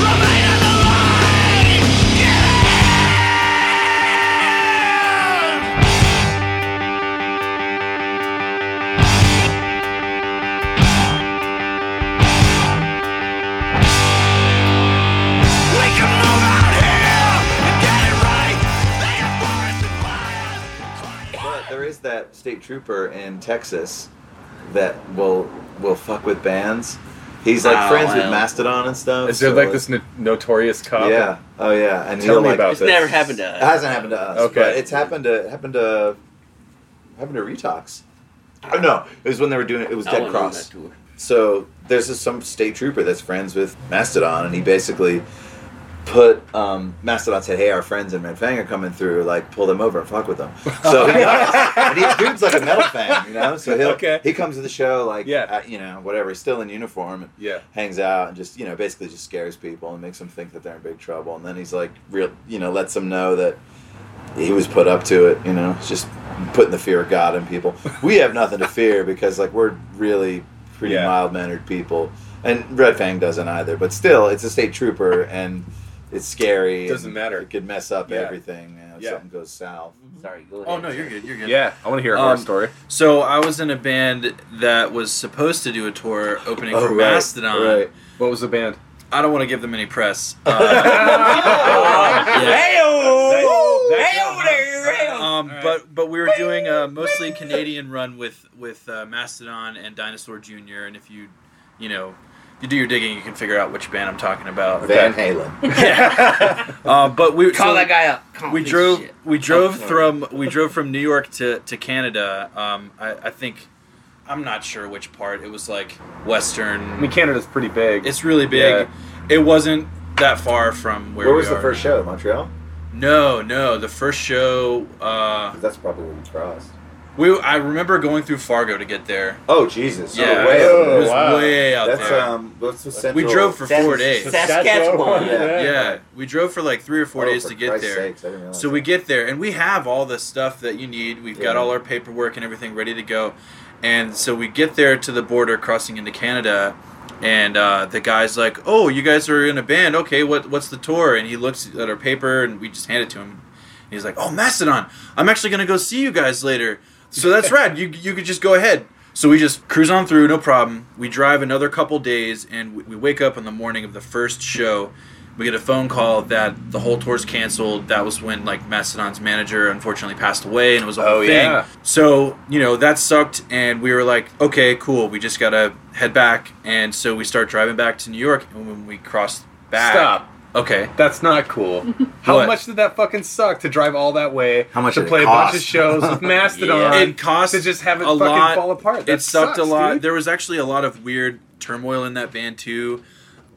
Remain alive! Get out!
that there is that state trooper in Texas that will will fuck with bands. He's like
Oh,
friends with
wow.
Mastodon and stuff.
Is there
so
like
it's-
this no- notorious cop?
Yeah. Oh yeah. And
Tell
he'll,
me
like-
about It's this. never
happened to us.
It hasn't happened to us.
Okay.
But it's happened to it happened to happened to Retox. Oh, no, it was when they were doing it. It was
I
Dead
wasn't on
Cross.
that tour.
So there's this, some state trooper that's friends with Mastodon, and he basically put um, Mastodon said, "Hey, our friends in Manfang are coming through. Like, pull them over and fuck with them." So he does. and he, dude's like a metal fan, you know. So he'll he comes to the show like yeah. you know whatever. He's still in uniform and
Yeah.
hangs out and just you know basically just scares people and makes them think that they're in big trouble. And then he's like real you know lets them know that he was put up to it. You know, It's just putting the fear of God in people. We have nothing to fear because like we're really pretty
Yeah.
mild mannered people, and Red Fang doesn't either. But still, it's a state trooper and. It's scary.
Doesn't
and
matter.
It could mess up
Yeah.
everything. You know, if
Yeah.
something goes south.
Sorry, go ahead.
Oh no, you're good. You're good.
Yeah, I wanna hear a horror story.
So I was in a band that was supposed to do a tour opening
Oh,
for
right,
Mastodon.
right. What was the band?
I don't want to give them any press. Uh,
Hey,
oh,
hey over there, hey.
Um, but but we were doing a mostly Canadian run with with uh, Mastodon and Dinosaur Jr. And if you you know if you do your digging, you can figure out which band I'm talking about.
Van Halen.
Uh, but we
Call
so
that guy up. Call
we
him.
drove
Shit.
we drove
Oh,
from we drove from New York to to Canada. Um, I, I think I'm not sure which part. It was like
I
Western.
mean, Canada's pretty big.
It's really big. It wasn't that far from where.
Where
we
was the
are.
first show? Montreal.
No, no. The first show. Uh,
That's probably where we crossed.
we I remember going through Fargo to get there.
Oh Jesus!
Yeah,
oh, way
it
up there.
was way out
That's
there.
um, what's the
we
central?
drove for four days.
Saskatchewan.
Yeah.
Yeah.
we drove for like three or four
Oh,
days
for
to get
Christ's
there.
sakes, I didn't realize
so we get there, and we have all the stuff that you need. We've got
Yeah.
all our paperwork and everything ready to go. And so we get there to the border crossing into Canada, and uh, the guy's like, "Oh, you guys are in a band? Okay, what what's the tour?" And he looks at our paper, and we just hand it to him. And he's like, "Oh, Mastodon! I'm actually gonna go see you guys later. So that's rad. You you could just go ahead." So we just cruise on through, no problem. We drive another couple days, and we, we wake up on the morning of the first show. We get a phone call that the whole tour's canceled. That was when like Mastodon's manager unfortunately passed away, and it was a whole
Oh,
thing.
yeah.
So you know that sucked, and we were like, okay, cool. We just gotta head back, and so we start driving back to New York. And when we crossed back,
Stop.
Okay,
That's not cool. How
What?
much did that fucking suck to drive all that way?
How much
to
did it
play a bunch of
cost?
shows with Mastodon?
Yeah. It cost
to just have it
a
fucking
lot.
fall apart. That
it sucked
sucks,
a lot.
dude.
There was actually a lot of weird turmoil in that band too.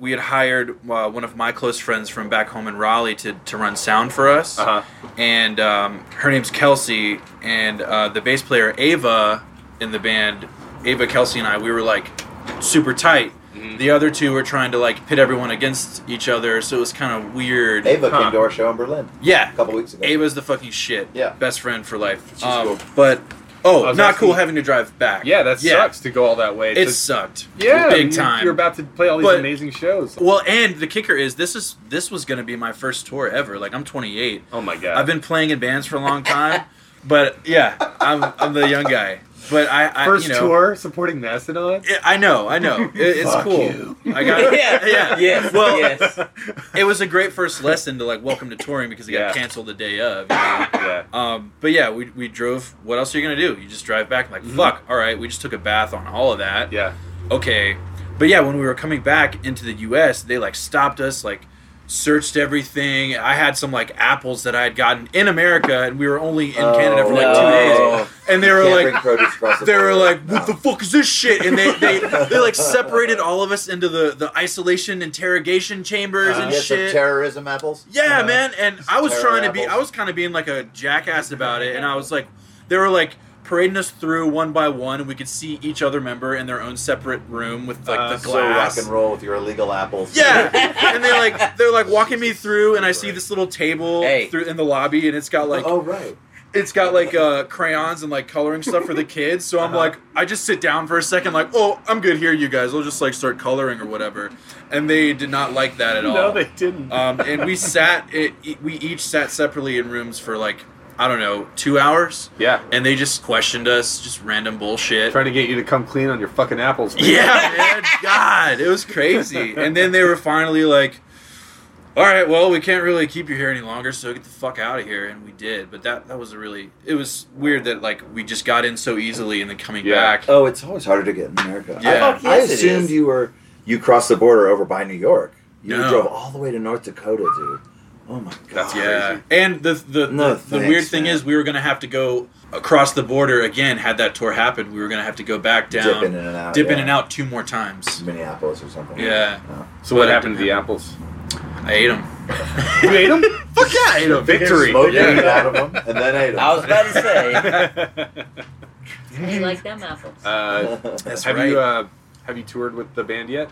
We had hired uh, one of my close friends from back home in Raleigh to, to run sound for us,
Uh-huh.
and um, her name's Kelsey, and uh, the bass player Ava in the band, Ava Kelsey and I, we were like super tight.
Mm-hmm.
The other two were trying to like pit everyone against each other, so it was kind of weird.
Ava
Huh.
came to our show in Berlin
yeah,
a couple weeks ago.
Ava's the fucking shit.
Yeah.
Best friend for life.
She's
Um,
cool.
But oh,
was
not
asking-
cool having to drive back.
Yeah, that sucks to go all that way.
It
to-
sucked.
yeah,
Big
you-
time.
You're about to play all these
But-
amazing shows.
well, and the kicker is this is this was gonna be my first tour ever. Like I'm 28.
Oh my god!
I've been playing in bands for a long time, but yeah, I'm I'm the young guy. But I, I
first
you know,
tour supporting Mastodon.
Yeah, I know, I know. It, it's
Fuck
cool.
you.
I got
Yeah,
yeah.
yes,
Well,
yes.
it was a great first lesson to like welcome to touring because it
Yeah.
got canceled the day of. You know?
Yeah.
Um, but yeah, we, we drove. What else are you gonna do? You just drive back.
Mm-hmm.
Like fuck. All right, we just took a bath on all of that.
Yeah.
Okay. But yeah, when we were coming back into the U.S., they like stopped us, like searched everything. I had some like apples that I had gotten in America, and we were only in Canada for like two
Oh, no.
days. And they were
Can't
like,
bring produce Uh, across the
they
border.
were like, "What the
No.
fuck is this shit?" And they they, they like separated all of us into the the isolation interrogation chambers
You
and
get Uh, some
shit.
terrorism apples.
yeah, man. And I was
terror
trying to be,
apples.
I was kind of being like a jackass about it, and I was like, they were like parading us through one by one, and we could see each other member in their own separate room with like
Uh,
the
So rock
glass.
and roll with your illegal apples.
yeah, and they like they're like walking me through, and I see this little table
Hey.
through in the lobby, and it's got like
oh right.
it's got like uh, crayons and like coloring stuff for the kids. So
Uh-huh.
I'm like, I just sit down for a second, like, oh, I'm good here, you guys. I'll just like start coloring or whatever. And they did not like that at all.
No, they didn't.
um, and we sat, it, e, we each sat separately in rooms for like, I don't know, two hours.
yeah.
And they just questioned us, just random bullshit.
Trying to get you to come clean on your fucking apples. man.
Yeah, man. God, it was crazy. And then they were finally like, all right, well, we can't really keep you here any longer, so get the fuck out of here. And we did, but that that was a really it was weird that like we just got in so easily and then coming back.
Oh, it's always harder to get in America. I-
Yeah.
I,
Fuck yes, it
assumed
is.
you were you crossed the border over by New York. You
No.
drove all the way to North Dakota, dude. Oh my god.
That's yeah. And the the,
No,
the, the
thanks,
weird thing
man.
is we were gonna have to go across the border again. Had that tour happened, we were gonna have to go back down,
Dip in and out,
dip in
yeah.
and out two more times.
Minneapolis or something.
Yeah.
So what happened to the apples?
I ate them.
You ate them?
Fuck yeah, I ate them.
Victory.
Smoked
Yeah.
weed out of them and then ate them.
I was about to say.
You like them apples.
Uh,
That's
have
right.
you uh, have you toured with the band yet?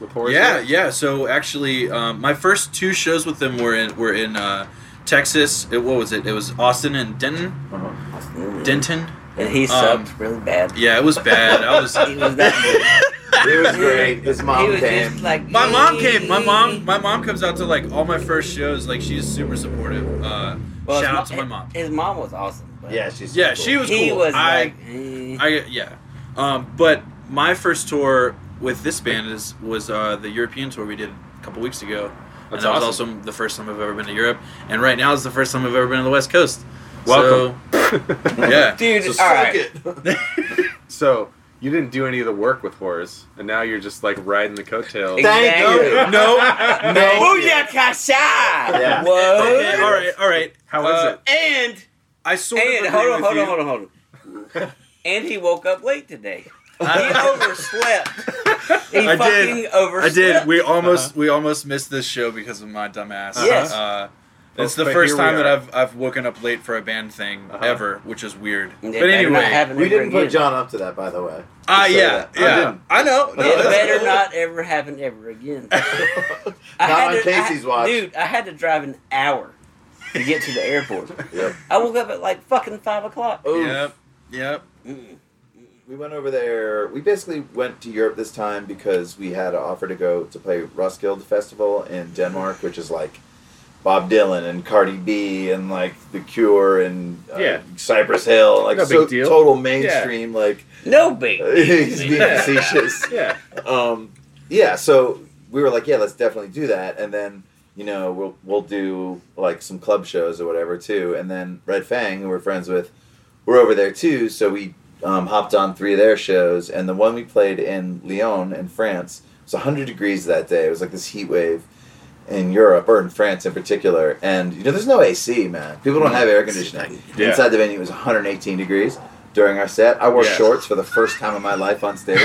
With Horace?
yeah,
yet?
yeah. So actually, um, my first two shows with them were in were in uh, Texas. It, what was it? It was Austin and Denton.
Oh,
Denton.
And he sucked really bad.
Um, Yeah, it was bad. I was.
He was that
It was
good.
great. His
he
mom
was
came.
just like
My mom came. My mom. My mom comes out to like all my first shows. Like she's super supportive. Uh,
Well, his
shout
mo-
out to my mom.
His mom was awesome. but
yeah, she's
Yeah,
cool.
she was
he
cool.
was
I
like, eh.
I yeah. Um, but my first tour with this band is was uh, the European tour we did a couple weeks ago.
That's
and that was
awesome.
also the first time I've ever been to Europe. And right now is the first time I've ever been to the West Coast.
Welcome.
So, yeah.
dude.
So
all
suck
right.
So you didn't do any of the work with Horace, and now you're just like riding the coattails.
Exactly.
No. no.
Booyakasha!
Yeah.
Whoa!
Oh, Okay, all right. All right.
How was
Uh,
And
I sort
and
of
hold on, hold
agree
on,
with
hold on, hold on. And he woke up late today. He
I-
overslept. He
I did.
fucking
I
overslept.
did. We almost
Uh-huh.
we almost missed this show because of my dumbass.
Yes.
Uh, it's
But- Uh-huh. Oh,
the
but here
first
we
time that
are.
I've I've woken up late for a band thing
Uh-huh.
ever, which is weird.
It
but
better not
anyway,
happen
We
ever
didn't put
again.
John up to that, by the way.
ah,
Just say
yeah,
that. I
yeah,
didn't.
I, know. No,
It
that's
better
cool.
not ever happen ever again. I
Not
had
on
to- I-
Casey's watch.
dude. I had to drive an hour to get to the airport.
Yep.
I woke up at like fucking five o'clock.
Oof.
Yep, yep.
Mm.
We went over there. We basically went to Europe this time because we had an offer to go to play Roskilde Festival in Denmark, which is like Bob Dylan and Cardi B and like The Cure and uh,
Yeah.
Cypress Hill, like
No big
so
deal.
total mainstream. Like
No big.
he's being facetious.
Yeah.
Um, yeah, so we were like, yeah, let's definitely do that, and then you know we'll we'll do like some club shows or whatever too, and then Red Fang, who we're friends with, we're over there too, so we um, hopped on three of their shows, and the one we played in Lyon in France it was 100 degrees that day. It was like this heat wave in Europe or in France in particular, and you know there's no AC, man. People don't have air conditioning.
Yeah.
Inside the venue it was 118 degrees. During our set, I wore
Yeah.
shorts for the first time in my life on stage.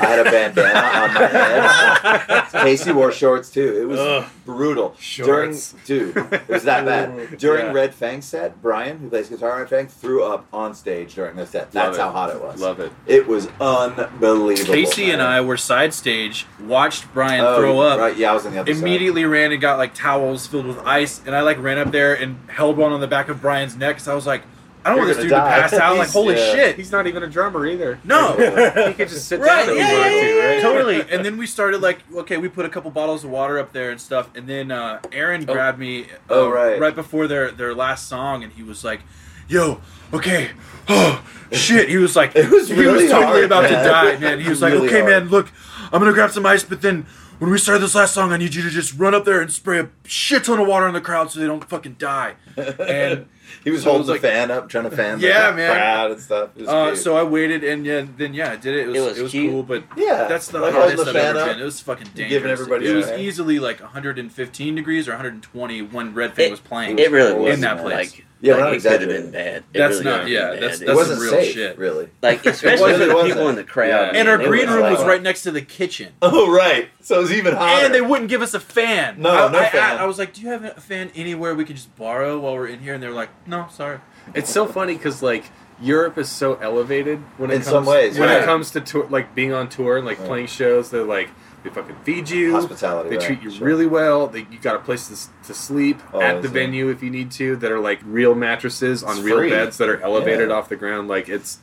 I had a bandana on my head. Casey wore shorts too. It was brutal.
Shorts.
During, dude, it was that bad. During
Yeah.
Red Fang set, Brian, who plays guitar on Red Fang, threw up on stage during the set. That's
Love it.
how hot it was.
Love it.
It was unbelievable.
Casey
man.
and I were side stage, watched Brian
Oh,
throw up.
Right, yeah, I was on the other
Immediately ran and got like towels filled with ice, and I like ran up there and held one on the back of Brian's neck. 'cause I was like, I don't
You're
want this
gonna
dude to
die.
pass out. Like,
He's-
holy
yeah.
shit!
He's not even a drummer either.
No,
He could just sit
Right,
down if
yeah,
he wanted
yeah,
to, right?
totally. And then we started like, okay, we put a couple bottles of water up there and stuff. And then uh, Aaron grabbed me uh,
Oh, right.
before their their last song, and he was like, "Yo, okay, oh shit." He was like,
It was
he
really
was totally
hard,
about
man.
to die, man. He was like,
Really
"Okay,
hard.
man, look, I'm gonna grab some ice, but then." When we start this last song, I need you to just run up there and spray a shit ton of water on the crowd so they don't fucking die. And
side. He was
So it
holding
was like-
the fan up, trying to fan the
Yeah, man.
crowd and stuff. It was
Uh,
cute.
so I waited, and yeah, then yeah, I did it. It was,
It
it
was
was,
cute.
cool, but
Yeah,
that's the
like holding
hottest
the
I've
fan
ever
up,
been. It was fucking dangerous.
giving everybody
it was
a-
easily like 115 degrees or 120 when Red Fang
It-
was playing.
It really
In
was
that place.
Like,
Yeah,
like
we're not
it could have
exaggerating.
been bad. It
That's
really
not-
could've
yeah,
been
that's-
bad.
it
It
that's-
was
wasn't
real
safe,
shit.
really.
like
It
especially for
wasn't-
the
it
people in
wasn't.
the crowd.
Yeah.
and
man,
our
it
green
was
room
like-
was right next to the kitchen,
Oh right, so it was even hotter.
and they wouldn't give us a fan.
No,
I,
no
I- I-
fan.
I, was like, "Do you have a fan anywhere we can just borrow while we're in here?" And they were like, "No, sorry."
It's so funny because like Europe is so elevated when it
In
comes,
some ways,
when
yeah.
it comes to tour, like being on tour and like
Right.
playing shows. They're like they fucking feed you,
Hospitality,
they
right,
treat you
sure. Oh,
really well. They, you got a place to, s- to sleep at
Always,
the
yeah.
venue if you need to. That are like real mattresses on
It's
real
free.
beds that are elevated
Yeah.
off the ground. Like it's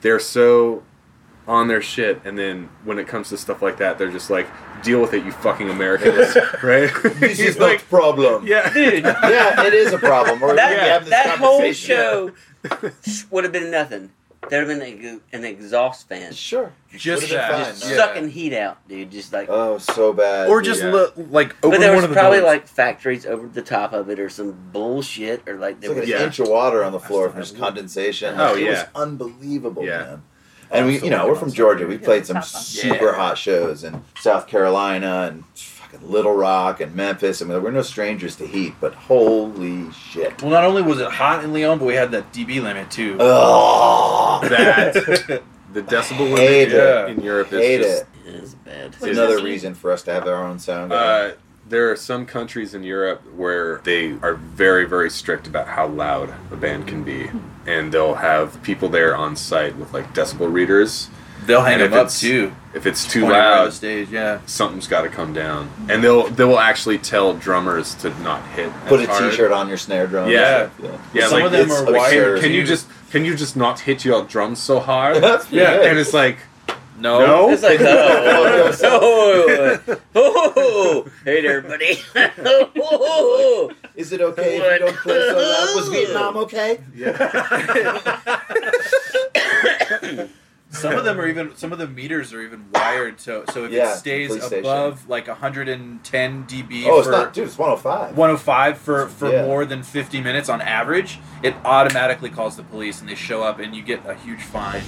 they're so on their shit. And then when it comes to stuff like that, they're just like deal with it, you fucking Americans, right?
This
He's
is not a problem.
yeah, dude.
yeah, it is a problem. We're
That,
having this
that whole
conversation.
show would have been nothing There'd have been an, ex- an exhaust fan.
Sure.
Just
Would've been
that.
fun.
Just
Yeah.
sucking heat out, dude. Just like.
Oh, so bad.
Or just
yeah.
li- like
but
open
there
one
was
of the
probably
doors.
like factories over the top of it or some bullshit or like
It's
there
like an
was
Yeah.
inch of water on the floor from just condensation.
Oh,
It was
yeah.
unbelievable,
Yeah.
man. And we, you know, we're from Georgia. We played some super
Yeah.
hot shows in South Carolina and fucking Little Rock and Memphis. I mean, we're no strangers to heat, but holy shit.
Well, not only was it hot in Leon, but we had that DB limit too.
Uh, Oh,
That the decibel limit
Hate
it.
in Europe is
hate
just
it.
it was bad.
It's another reason for us to have our own sound guy.
Uh, there are some countries in Europe where they are very, very strict about how loud a band can be, and they'll have people there on site with like decibel readers.
They'll hang
And if
him up
it's
too.
If it's too
24 hour
loud,
stage, yeah.
something's got to come down, and they'll they will actually tell drummers to not hit. as
Put a
hard.
T-shirt on your snare drum.
Yeah.
yeah.
Yeah,
Some
like,
of them
it's-
are
like, can-
wired
Can you
to-
just can you just not hit your drums so hard?
That's pretty
Yeah,
good.
and it's like
No.
No?
It's like, oh, oh, oh, oh, oh, hey there, buddy. oh, oh, oh.
Is it okay if you don't play so loud? Was Vietnam okay?
Some of them are even some of the meters are even wired so so if
Yeah,
it stays
police station.
above like 110 dB
Oh, it's
for
not, dude. It's 105.
105 for for
Yeah.
more than 50 minutes on average, it automatically calls the police and they show up and you get a huge fine.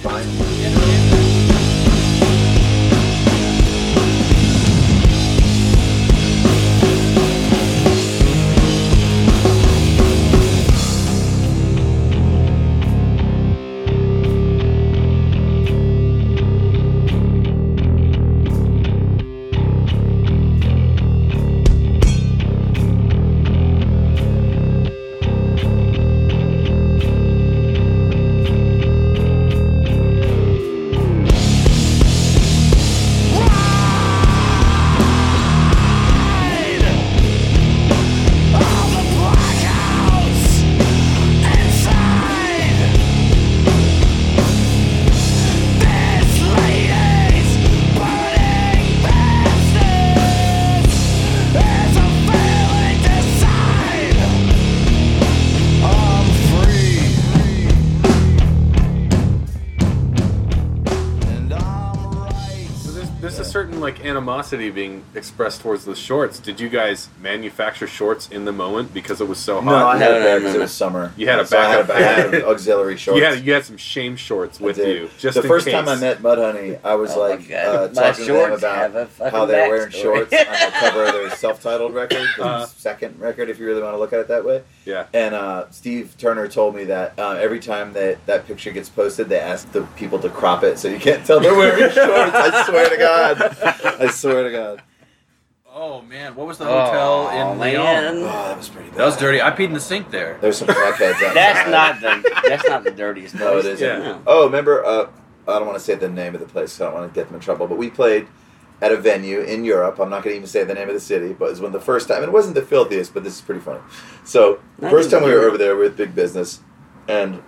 So there's, there's a certain like animosity being expressed towards the shorts. Did you guys manufacture shorts in the moment because it was so
No, I
hot?
had
No,
it
no,
back
no,
'cause
no.
it was summer.
You had a
So I had,
backup.
I had an auxiliary shorts.
you had you had some shame shorts
I
with
did.
you. Just
the
in
first
case.
time I met Mudhoney, I was
Oh my
like
God.
uh,
My
talking to them
shorts have a
about
fucking
how they're wearing
backstory.
shorts on the cover of their self-titled record, the
Uh-huh.
second record, if you really want to look at it that way.
yeah.
And uh, Steve Turner told me that uh, every time that that picture gets posted, they ask the people to crop it so you can't tell they're wearing shorts. I swear to God, I swear to God.
Oh man, what was the
Oh,
hotel in Leon?
man.
Oh, that was pretty bad.
That was dirty. I peed in the sink there.
There's some crackheads out
That's
there.
not the that's not the dirtiest.
No, it
place.
isn't.
No.
Oh, remember? Uh, I don't want to say the name of the place. 'cause I don't want to get them in trouble. But we played at a venue in Europe. I'm not going to even say the name of the city, but it was one of the first time. And it wasn't the filthiest, but this is pretty funny. So
Not
first time we were
even-
over there with big business, and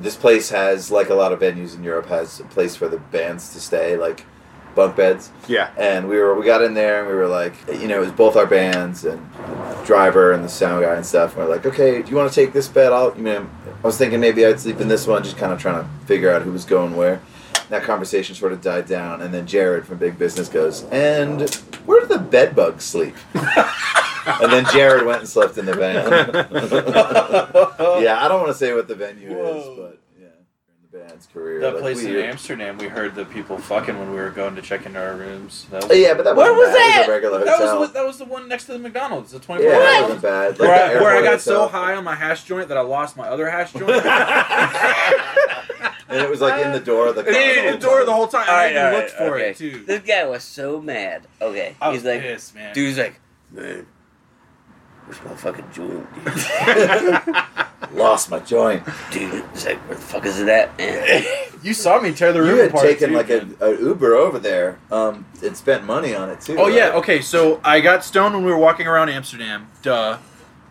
this place has like a lot of venues in Europe has a place for the bands to stay, like bunk beds.
Yeah.
And we were we got in there and we were like, you know, it was both our bands and driver and the sound guy and stuff. And we're like, okay, do you want to take this bed out? You know, I was thinking maybe I'd sleep in this one, just kind of trying to figure out who was going where. That conversation sort of died down, and then Jared from Big Business goes, and where do the bed bugs sleep? and then Jared went and slept in the van. yeah, I don't want to say what the venue
Whoa.
is, but yeah, in the band's career.
That
like,
place
we-
in Amsterdam, we heard the people fucking when we were going to check into our rooms. That was,
Yeah, but that
Where
wasn't
was
bad. It was
that?
a regular
that,
hotel.
was, the- that was the one next to the McDonald's, the 24
Yeah,
hours.
that wasn't bad. Like
where,
the
I, where I
airport
got so
itself.
high on my hash joint that I lost my other hash joint. I
and it was like in the door of the.
didn't even door the whole time. I
Alright,
even
alright,
looked for
okay.
it too.
This guy was so mad. Okay,
I was
he's like,
pissed, man.
dude's like, man, where's my fucking joint, dude?
Lost my joint.
dude, it's like, where the fuck is it at, man?
you saw me tear the room
You had
apart.
taken
too,
like
man.
an Uber over there. Um, and spent money on it too.
Oh yeah,
right?
okay. So I got stoned when we were walking around Amsterdam, duh.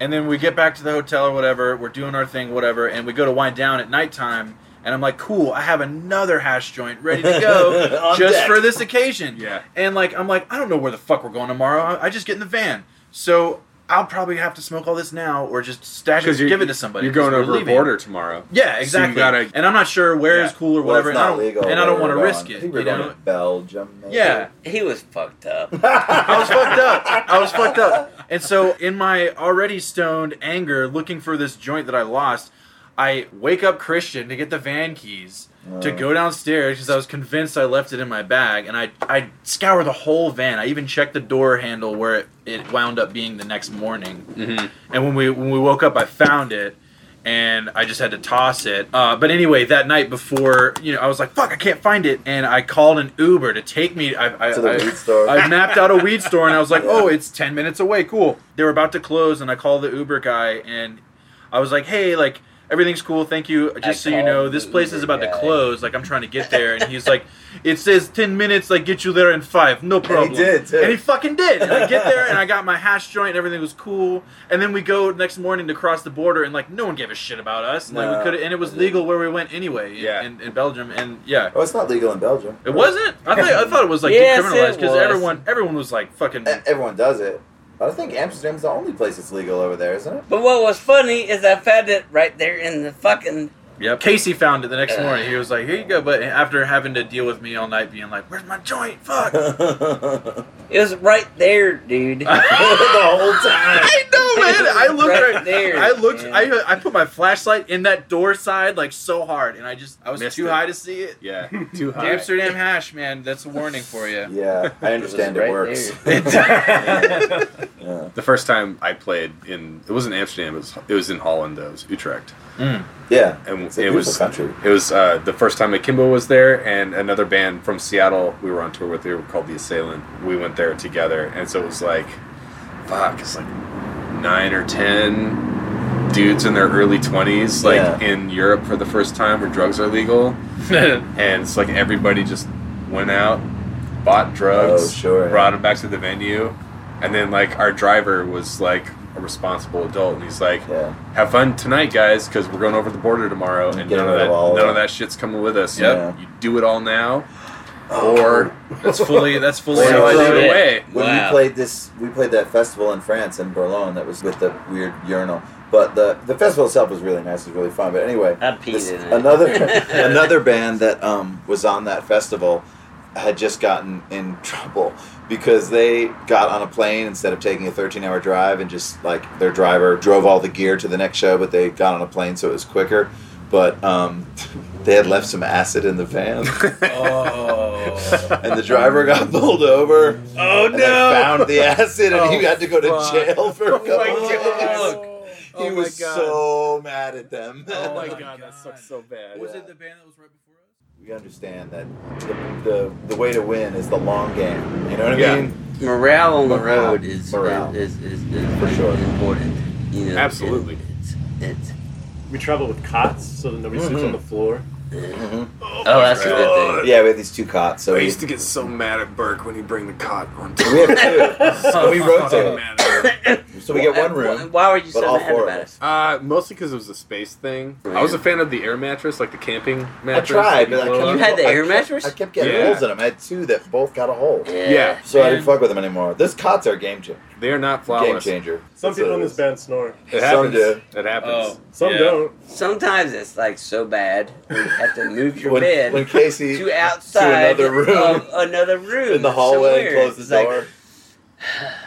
And then we get back to the hotel or whatever. We're doing our thing, whatever, and we go to wind down at nighttime. And I'm like, cool. I have another hash joint ready to go
On
just
deck.
for this occasion.
Yeah.
And like, I'm like, I don't know where the fuck we're going tomorrow. I, I just get in the van. So I I'll probably have to smoke all this now, or just stash it,
Because you're-
give it to somebody.
You're going
'cause we're
over a
leaving.
border tomorrow.
Yeah,
So you
exactly.
gotta-
and I'm not sure where is cool or
Well, it's
whatever,
not
and I don't,
legal
and I don't
where
want to
we're
risk
going.
it.
I think we're
you
going
know?
to Belgium. maybe.
Yeah,
He was fucked up.
I was fucked up. I was fucked up. And so, in my already stoned anger, looking for this joint that I lost, I wake up Christian to get the van keys to
Oh.
go downstairs because I was convinced I left it in my bag. And I, I scour the whole van. I even checked the door handle where it, it wound up being the next morning.
Mhm.
And when we when we woke up, I found it. And I just had to toss it. Uh, but anyway, that night before, you know, I was like, "Fuck, I can't find it," and I called an Uber to take me. I, I,
To the
I,
weed store.
I mapped out a weed store and I was like, oh, it's 10 minutes away. Cool. They were about to close and I called the Uber guy and I was like, hey, like, everything's cool. Thank you. Just
I
so you
called
know, this
the
place is
Uber
about to
guy.
close. Like, I'm trying to get there. And he's like, it says 10 minutes. Like, get you there in five. No problem.
did, too.
And he fucking did. And I get there and I got my hash joint and everything was cool. And then we go next morning to cross the border and, like, no one gave a shit about us. Like,
No.
we could And it was legal where we went anyway in,
Yeah.
in, in Belgium. And yeah.
Oh, it's not legal in Belgium.
It wasn't. I thought I thought it was like
Yes,
decriminalized
it
because
was.
everyone everyone was like fucking.
E- Everyone does it. I think Amsterdam's the only place it's legal over there, isn't it?
But what was funny is I found it right there in the fucking.
Yep. Casey found it the
Eh.
next morning. He was like, "Here you go," but after having to deal with me all night, being like, "Where's my joint? Fuck."
It was right there, dude.
the whole time.
I know, man. I looked
Right
right,
there,
I looked.
man.
I I put my flashlight in that door side like so hard, and I just I was
Missed
too
it.
high to see it.
Yeah, too
The
high.
Amsterdam hash, man. That's a warning for you.
Yeah, I understand it,
right
works.
there.
Yeah.
The first time I played in it wasn't Amsterdam. It was it was in Holland. Though. It was Utrecht,
yeah.
and
It's a
it
beautiful
was
country.
it was uh, the first time Akimbo was there, and another band from Seattle we were on tour with. They were called The Assailant. We went there together, and so it was like, fuck, it's like nine or ten dudes in their early twenties, like
Yeah.
in Europe for the first time, where drugs are legal, and it's like everybody just went out, bought drugs,
Oh, sure.
brought them back to the venue, and then like our driver was like a responsible adult, and he's like,
Yeah.
"Have fun tonight, guys, because we're going over the border tomorrow, and
Get
none of
rid of
that
all
none
of
of
it."
that shit's coming with us.
Yeah. Oh.
Yep, you do it all now, or
That's fully. That's fully.
Wait,
throw
wait,
it
wait.
away."
When
Wow.
we played this, we played that festival in France in Boulogne that was with the weird urinal. But the the festival itself was really nice. It was really fun. But anyway,
I peed
this-
in it.
another another band that um, was on that festival had just gotten in trouble because they got on a plane instead of taking a 13 hour drive and just like their driver drove all the gear to the next show but they got on a plane so it was quicker but um, they had left some acid in the van
Oh.
and the driver got pulled over
oh
and they found the acid, and he
Oh,
had to go to
fuck.
jail for a
Oh,
my
couple of
God.
days.
Oh
He
my
was
God.
so mad at them.
Oh my God, that sucks so
bad.
Was it the band that was right before us?
We understand that the, the, the way to win is the long game. You know what I
Yeah.
mean?
morale on the
Morale.
road is
Morale.
is is, is, is
For sure.
important. You know,
Absolutely.
it- it's, it's,
We travel with cots so that nobody sleeps
Mhm.
on the floor.
oh, that's a good thing.
Yeah, we have these two cots, so
I
we,
used to get so mad at Burke when he bring the cot on.
we have two. so we
So
rotate.
mad at him.
So we get one
Why,
room.
why were you so
but all
mad
four of
about
us.
it?
Uh, mostly because it was a space thing. I was a fan of the air mattress, like the camping
I
mattress.
tried, but I
blow
kept,
up.
You had the
I
air
kept-
mattress?
I kept getting
Yeah.
holes in them. I had two that both got a hole.
Yeah.
So I didn't
And-
fuck with them anymore. This cots are a game, cha-
They are not
game
flawless.
changer.
Some
That's
people
what
in
it
this
is.
band snore.
It
Some
happens.
do.
It happens.
Oh.
Some
Yeah.
don't.
Sometimes it's like so bad you have to move your
When,
bed
when Casey
to outside
another room.
of another room
in the hallway and
somewhere.
closed
It's
the
like,
door.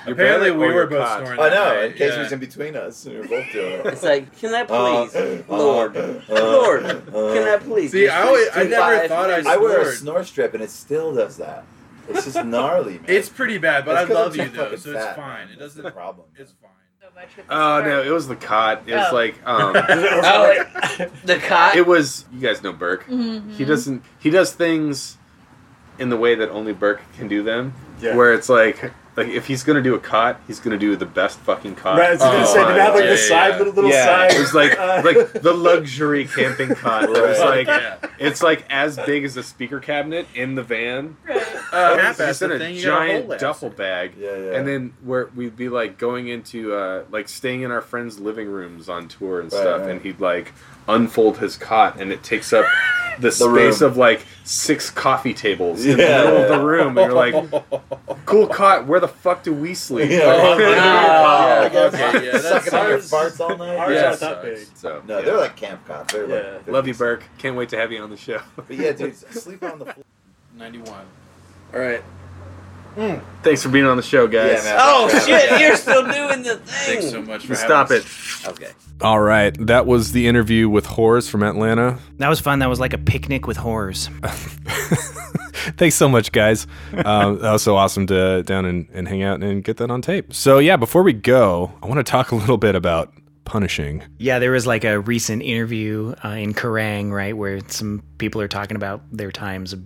Your
Apparently,
bed
we
or
were
your
both
cot?
snoring.
I
that
know.
night,
In case
yeah.
it was in between us, and we were both doing it.
It's like, can I please,
Uh, uh,
Lord,
uh,
Lord,
uh,
can I please?
See,
just
I always-
do
I never
five
thought I
minutes?
I wear a
Lord.
snore strip, and it still does that. It's just gnarly, man.
It's pretty bad, but
It's
I
'cause
love
I'm
you
too
though,
fucking
so it's
fat.
fine. It
That's
doesn't.
the problem.
It's fine.
So much with this
Oh no,
part.
it was the cot. It was
Oh.
like um,
Oh, wait, the cot.
it was. You guys know Burke. He doesn't. He does things in the way that only Burke can do them.
Yeah.
Where it's like, like if he's gonna do a cot, he's gonna do the best fucking cot.
Right, I was gonna
Oh,
say, did it have like
yeah,
the
yeah,
side,
yeah.
little, little
Uh, yeah,
side?
it was like
Uh,
like the luxury camping cot. It was like
Right.
Yeah.
it's like as big as a speaker cabinet in the van.
Uh,
It's
half-assed
just in Oh, a
thing, you got a
giant
whole ass.
duffel bag.
Yeah, yeah.
And then where we'd be like going into uh, like staying in our friends' living rooms on tour and
Right,
stuff,
right.
and he'd like unfold his cot, and it takes up the
The room.
space of like six coffee tables in the
Yeah.
middle of the room, and you're like, "Cool cot, where the fuck do we sleep?"
Yeah.
Like,
Oh,
yeah,
okay, yeah, that
Sucking on your
sucks.
farts all night.
Ours
Yeah,
aren't that
sucks.
big.
So
No,
yeah.
they're like camp cops. They're like,
Yeah.
they're
love you, Burke. Can't wait to have you on the show.
But yeah, dude, sleep on the floor.
91. All right.
Thanks for being on the show, guys.
Yeah, man.
Oh shit! You're still doing the thing.
Thanks so much for
Stop
having
it.
us.
Okay.
All right, that was the interview with Horrors from Atlanta.
That was fun. That was like a picnic with horrors.
Thanks so much, guys. Um, that was so awesome to down and, and hang out and get that on tape. So yeah, before we go, I want to talk a little bit about punishing.
Yeah, there was like a recent interview uh, in Kerrang, right, where some people are talking about their times of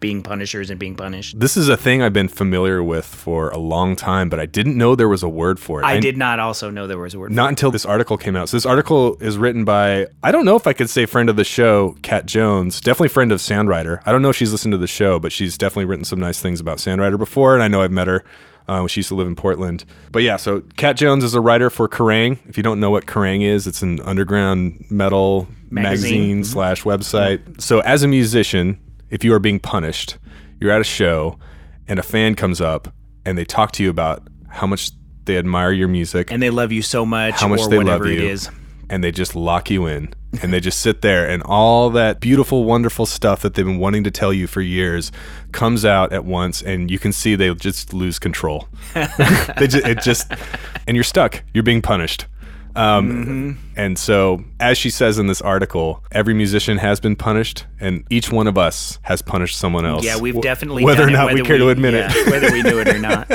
being punishers and being punished.
This is a thing I've been familiar with for a long time, but I didn't know there was a word for it.
I did not also know there was a word. for
Not until this article came out. So this article is written by I don't know if I could say friend of the show, Kat Jones, definitely friend of Sandwriter. I don't know if she's listened to the show, but she's definitely written some nice things about Sandwriter before, and I know I've met her. Um, she used to live in Portland, but yeah. So Kat Jones is a writer for Kerrang. If you don't know what Kerrang is, it's an underground metal magazine,
Magazine.
slash website. So as a musician, if you are being punished, you're at a show, and a fan comes up and they talk to you about how much they admire your music
and they love you so much,
how much
or
they
whatever
love you
it is.
and they just lock you in and they just sit there and all that beautiful wonderful stuff that they've been wanting to tell you for years comes out at once and you can see they just lose control they just, it just and you're stuck you're being punished um,
Mm-hmm.
and so as she says in this article every musician has been punished and each one of us has punished someone else
Yeah, we've
Wh-
definitely
whether
done
or
it,
not we care to admit
yeah,
it
whether we knew it or not.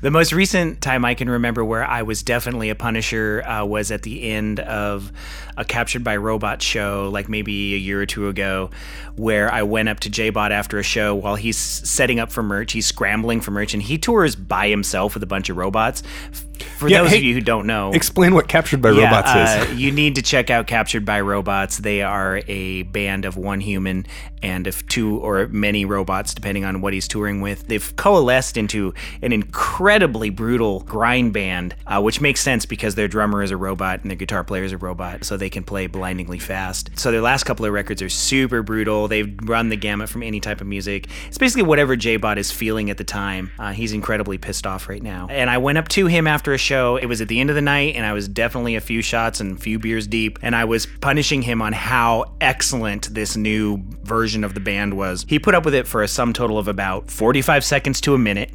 The most recent time I can remember where I was definitely a punisher uh, was at the end of a Captured by Robot show, like maybe a year or two ago, where I went up to JBot after a show while he's setting up for merch. He's scrambling for merch, and he tours by himself with a bunch of robots. F- For
Yeah,
those
hey,
of you who don't know,
explain what captured by robots is
uh, you need to check out Captured by Robots. They are a band of one human and of two or many robots, depending on what he's touring with. They've coalesced into an incredibly brutal grind band, uh, which makes sense because their drummer is a robot and their guitar player is a robot, so they can play blindingly fast. So their last couple of records are super brutal. They've run the gamut from any type of music. It's basically whatever J-Bot is feeling at the time. Uh, he's incredibly pissed off right now. And I went up to him after a show. It was at the end of the night, and I was definitely a few shots and few beers deep. And I was punishing him on how excellent this new version of the band was. He put up with it for a sum total of about 45 seconds to a minute.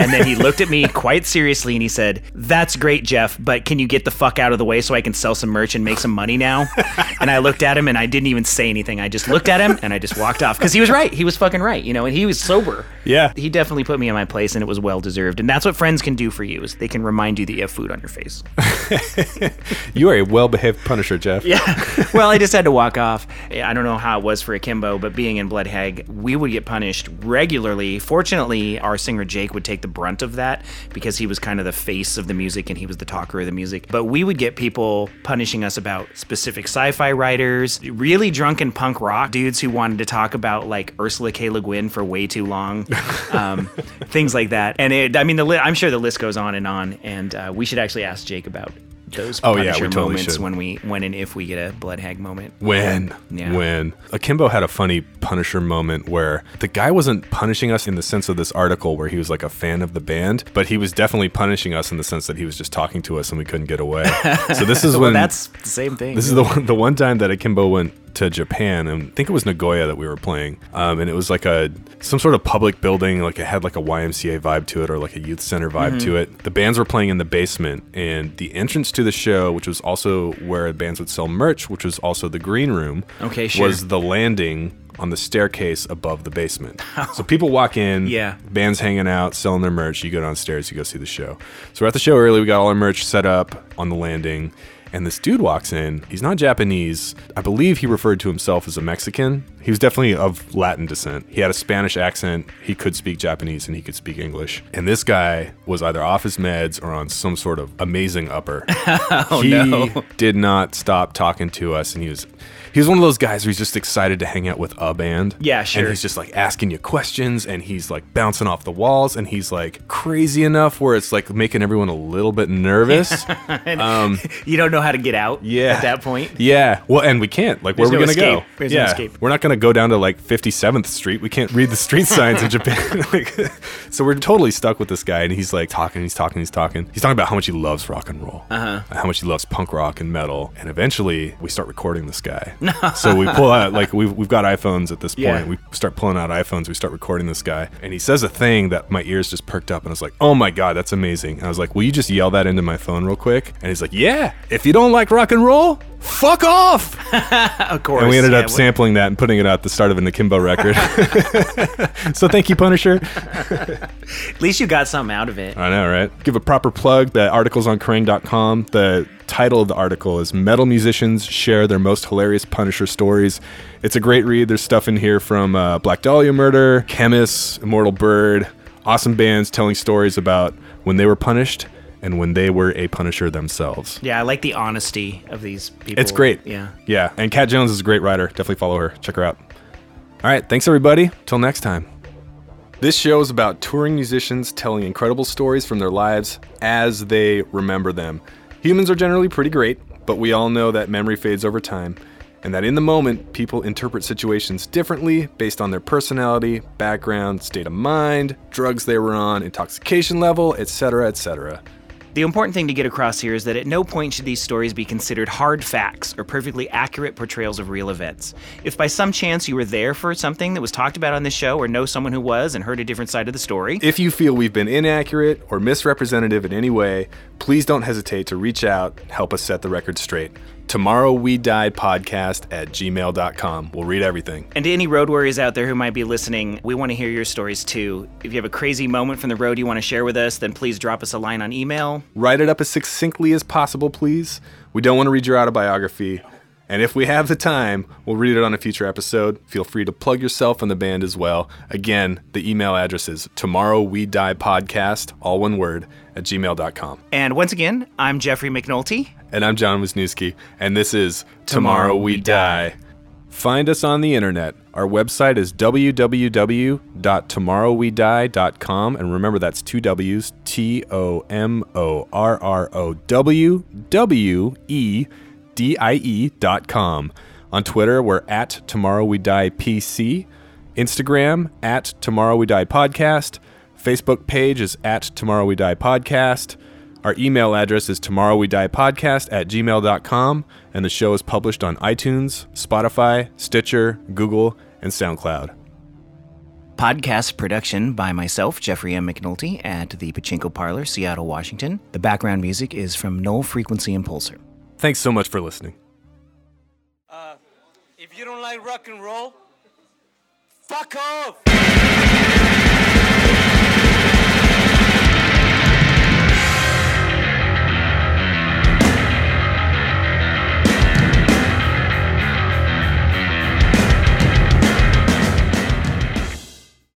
And then he looked at me quite seriously and he said, That's great, Jeff, but can you get the fuck out of the way so I can sell some merch and make some money now? And I looked at him and I didn't even say anything. I just looked at him and I just walked off because he was right. He was fucking right, you know, and he was sober
yeah
he definitely put me in my place and it was well deserved and that's what friends can do for you is they can remind you that you have food on your face uh,
you are a well-behaved punisher jeff
yeah well i just had to walk off i don't know how it was for akimbo but being in blood hag we would get punished regularly fortunately our singer jake would take the brunt of that because he was kind of the face of the music and he was the talker of the music but we would get people punishing us about specific sci-fi writers really drunken punk rock dudes who wanted to talk about like ursula k le guin for way too long um, things like that and it, i mean the li- i'm sure the list goes on and on and uh, we should actually ask jake about those
Oh, yeah,
Punisher
we totally
moments
should.
when we when and if we get a blood hag moment.
When?
Yeah.
When? Akimbo had a funny Punisher moment where the guy wasn't punishing us in the sense of this article where he was like a fan of the band, but he was definitely punishing us in the sense that he was just talking to us and we couldn't get away. so this is
Well,
when
that's the same thing.
this is the one, the one time that Akimbo went to Japan, and I think it was Nagoya that we were playing. Um, and it was like a some sort of public building, like it had like a YMCA vibe to it or like a youth center vibe to
Mm-hmm.
it. The bands were playing in the basement, and the entrance to the show, which was also where bands would sell merch, which was also the green room,
Okay, sure.
was the landing on the staircase above the basement. so people walk in,
Yeah.
bands hanging out, selling their merch. You go downstairs, you go see the show. So we're at the show early. We got all our merch set up on the landing, and this dude walks in. He's not Japanese. I believe he referred to himself as a Mexican. He was definitely of Latin descent. He had a Spanish accent. He could speak Japanese and he could speak English. And this guy was either off his meds or on some sort of amazing upper. oh he
no.
did not stop talking to us, and he was. He's one of those guys who's just excited to hang out with a band.
Yeah, sure.
And he's just like asking you questions and he's like bouncing off the walls and he's like crazy enough where it's like making everyone a little bit nervous.
And
um,
you don't know how to get out
Yeah.
at that point.
yeah. Well, and we can't. Like,
There's
where are we
no
going to go?
escape. There's no
yeah.
escape.
We're not going to go down to like 57th Street. We can't read the street signs in Japan. like, so we're totally stuck with this guy and he's like talking, he's talking, he's talking. He's talking about how much he loves rock and roll.
Uh-huh.
how much he loves punk rock and metal. And eventually, we start recording this guy. so we pull out like we've we've got iPhones at this point.
Yeah.
We start pulling out iPhones. We start recording this guy, and he says a thing that my ears just perked up, and I was like, "Oh my god, that's amazing!" And I was like, "Will you just yell that into my phone real quick?" And he's like, "Yeah, if you don't like rock and roll." Fuck off!
Of course.
And we ended
yeah,
up
what-
sampling that and putting it out at the start of an Akimbo record. so thank you, Punisher.
At least you got something out of it.
I know, right? Give a proper plug. The article's on Kerrang.com. The title of the article is Metal Musicians Share Their Most Hilarious Punisher Stories. It's a great read. There's stuff in here from uh, Black Dahlia Murder, Chemists, Immortal Bird, awesome bands telling stories about when they were punished and when they were a punisher themselves.
Yeah, I like the honesty of these people.
It's great.
Yeah.
Yeah. And Kat Jones is a great writer. Definitely follow her. Check her out. All right. Thanks, everybody. Till next time. This show is about touring musicians telling incredible stories from their lives as they remember them. Humans are generally pretty great, but we all know that memory fades over time, and that in the moment, people interpret situations differently based on their personality, background, state of mind, drugs they were on, intoxication level, etc., etc.
The important thing to get across here is that at no point should these stories be considered hard facts or perfectly accurate portrayals of real events. If by some chance you were there for something that was talked about on this show or know someone who was and heard a different side of the story,
If you feel we've been inaccurate or misrepresentative in any way, please don't hesitate to reach out and help us set the record straight. Tomorrow We Died podcast at gmail.com. We'll read everything.
And to any road warriors out there who might be listening, we want to hear your stories too. If you have a crazy moment from the road you want to share with us, then please drop us a line on email.
Write it up as succinctly as possible, please. We don't want to read your autobiography. And if we have the time, we'll read it on a future episode. Feel free to plug yourself and the band as well. Again, the email address is tomorrow we die podcast, all one word, at gmail.com.
And once again, I'm Jeffrey McNulty.
And I'm John Wisniewski, and this is Tomorrow, We Die. Find us on the internet. Our website is www.tomorrowwedie.com. And remember, that's two W's T E O M O R R O W W E D I E dot com. On Twitter, we're at Tomorrow We Die PC. Instagram, at Tomorrow We Die Podcast. Facebook page is at Tomorrow We Die Podcast. Our email address is tomorrow we die podcast at gmail.com, and the show is published on iTunes, Spotify, Stitcher, Google, and SoundCloud.
Podcast production by myself, Jeffrey M. McNulty, at the Pachinko Parlor, Seattle, Washington. The background music is from Null Frequency Impulsor.
Thanks so much for listening.
If you don't like rock and roll, fuck off!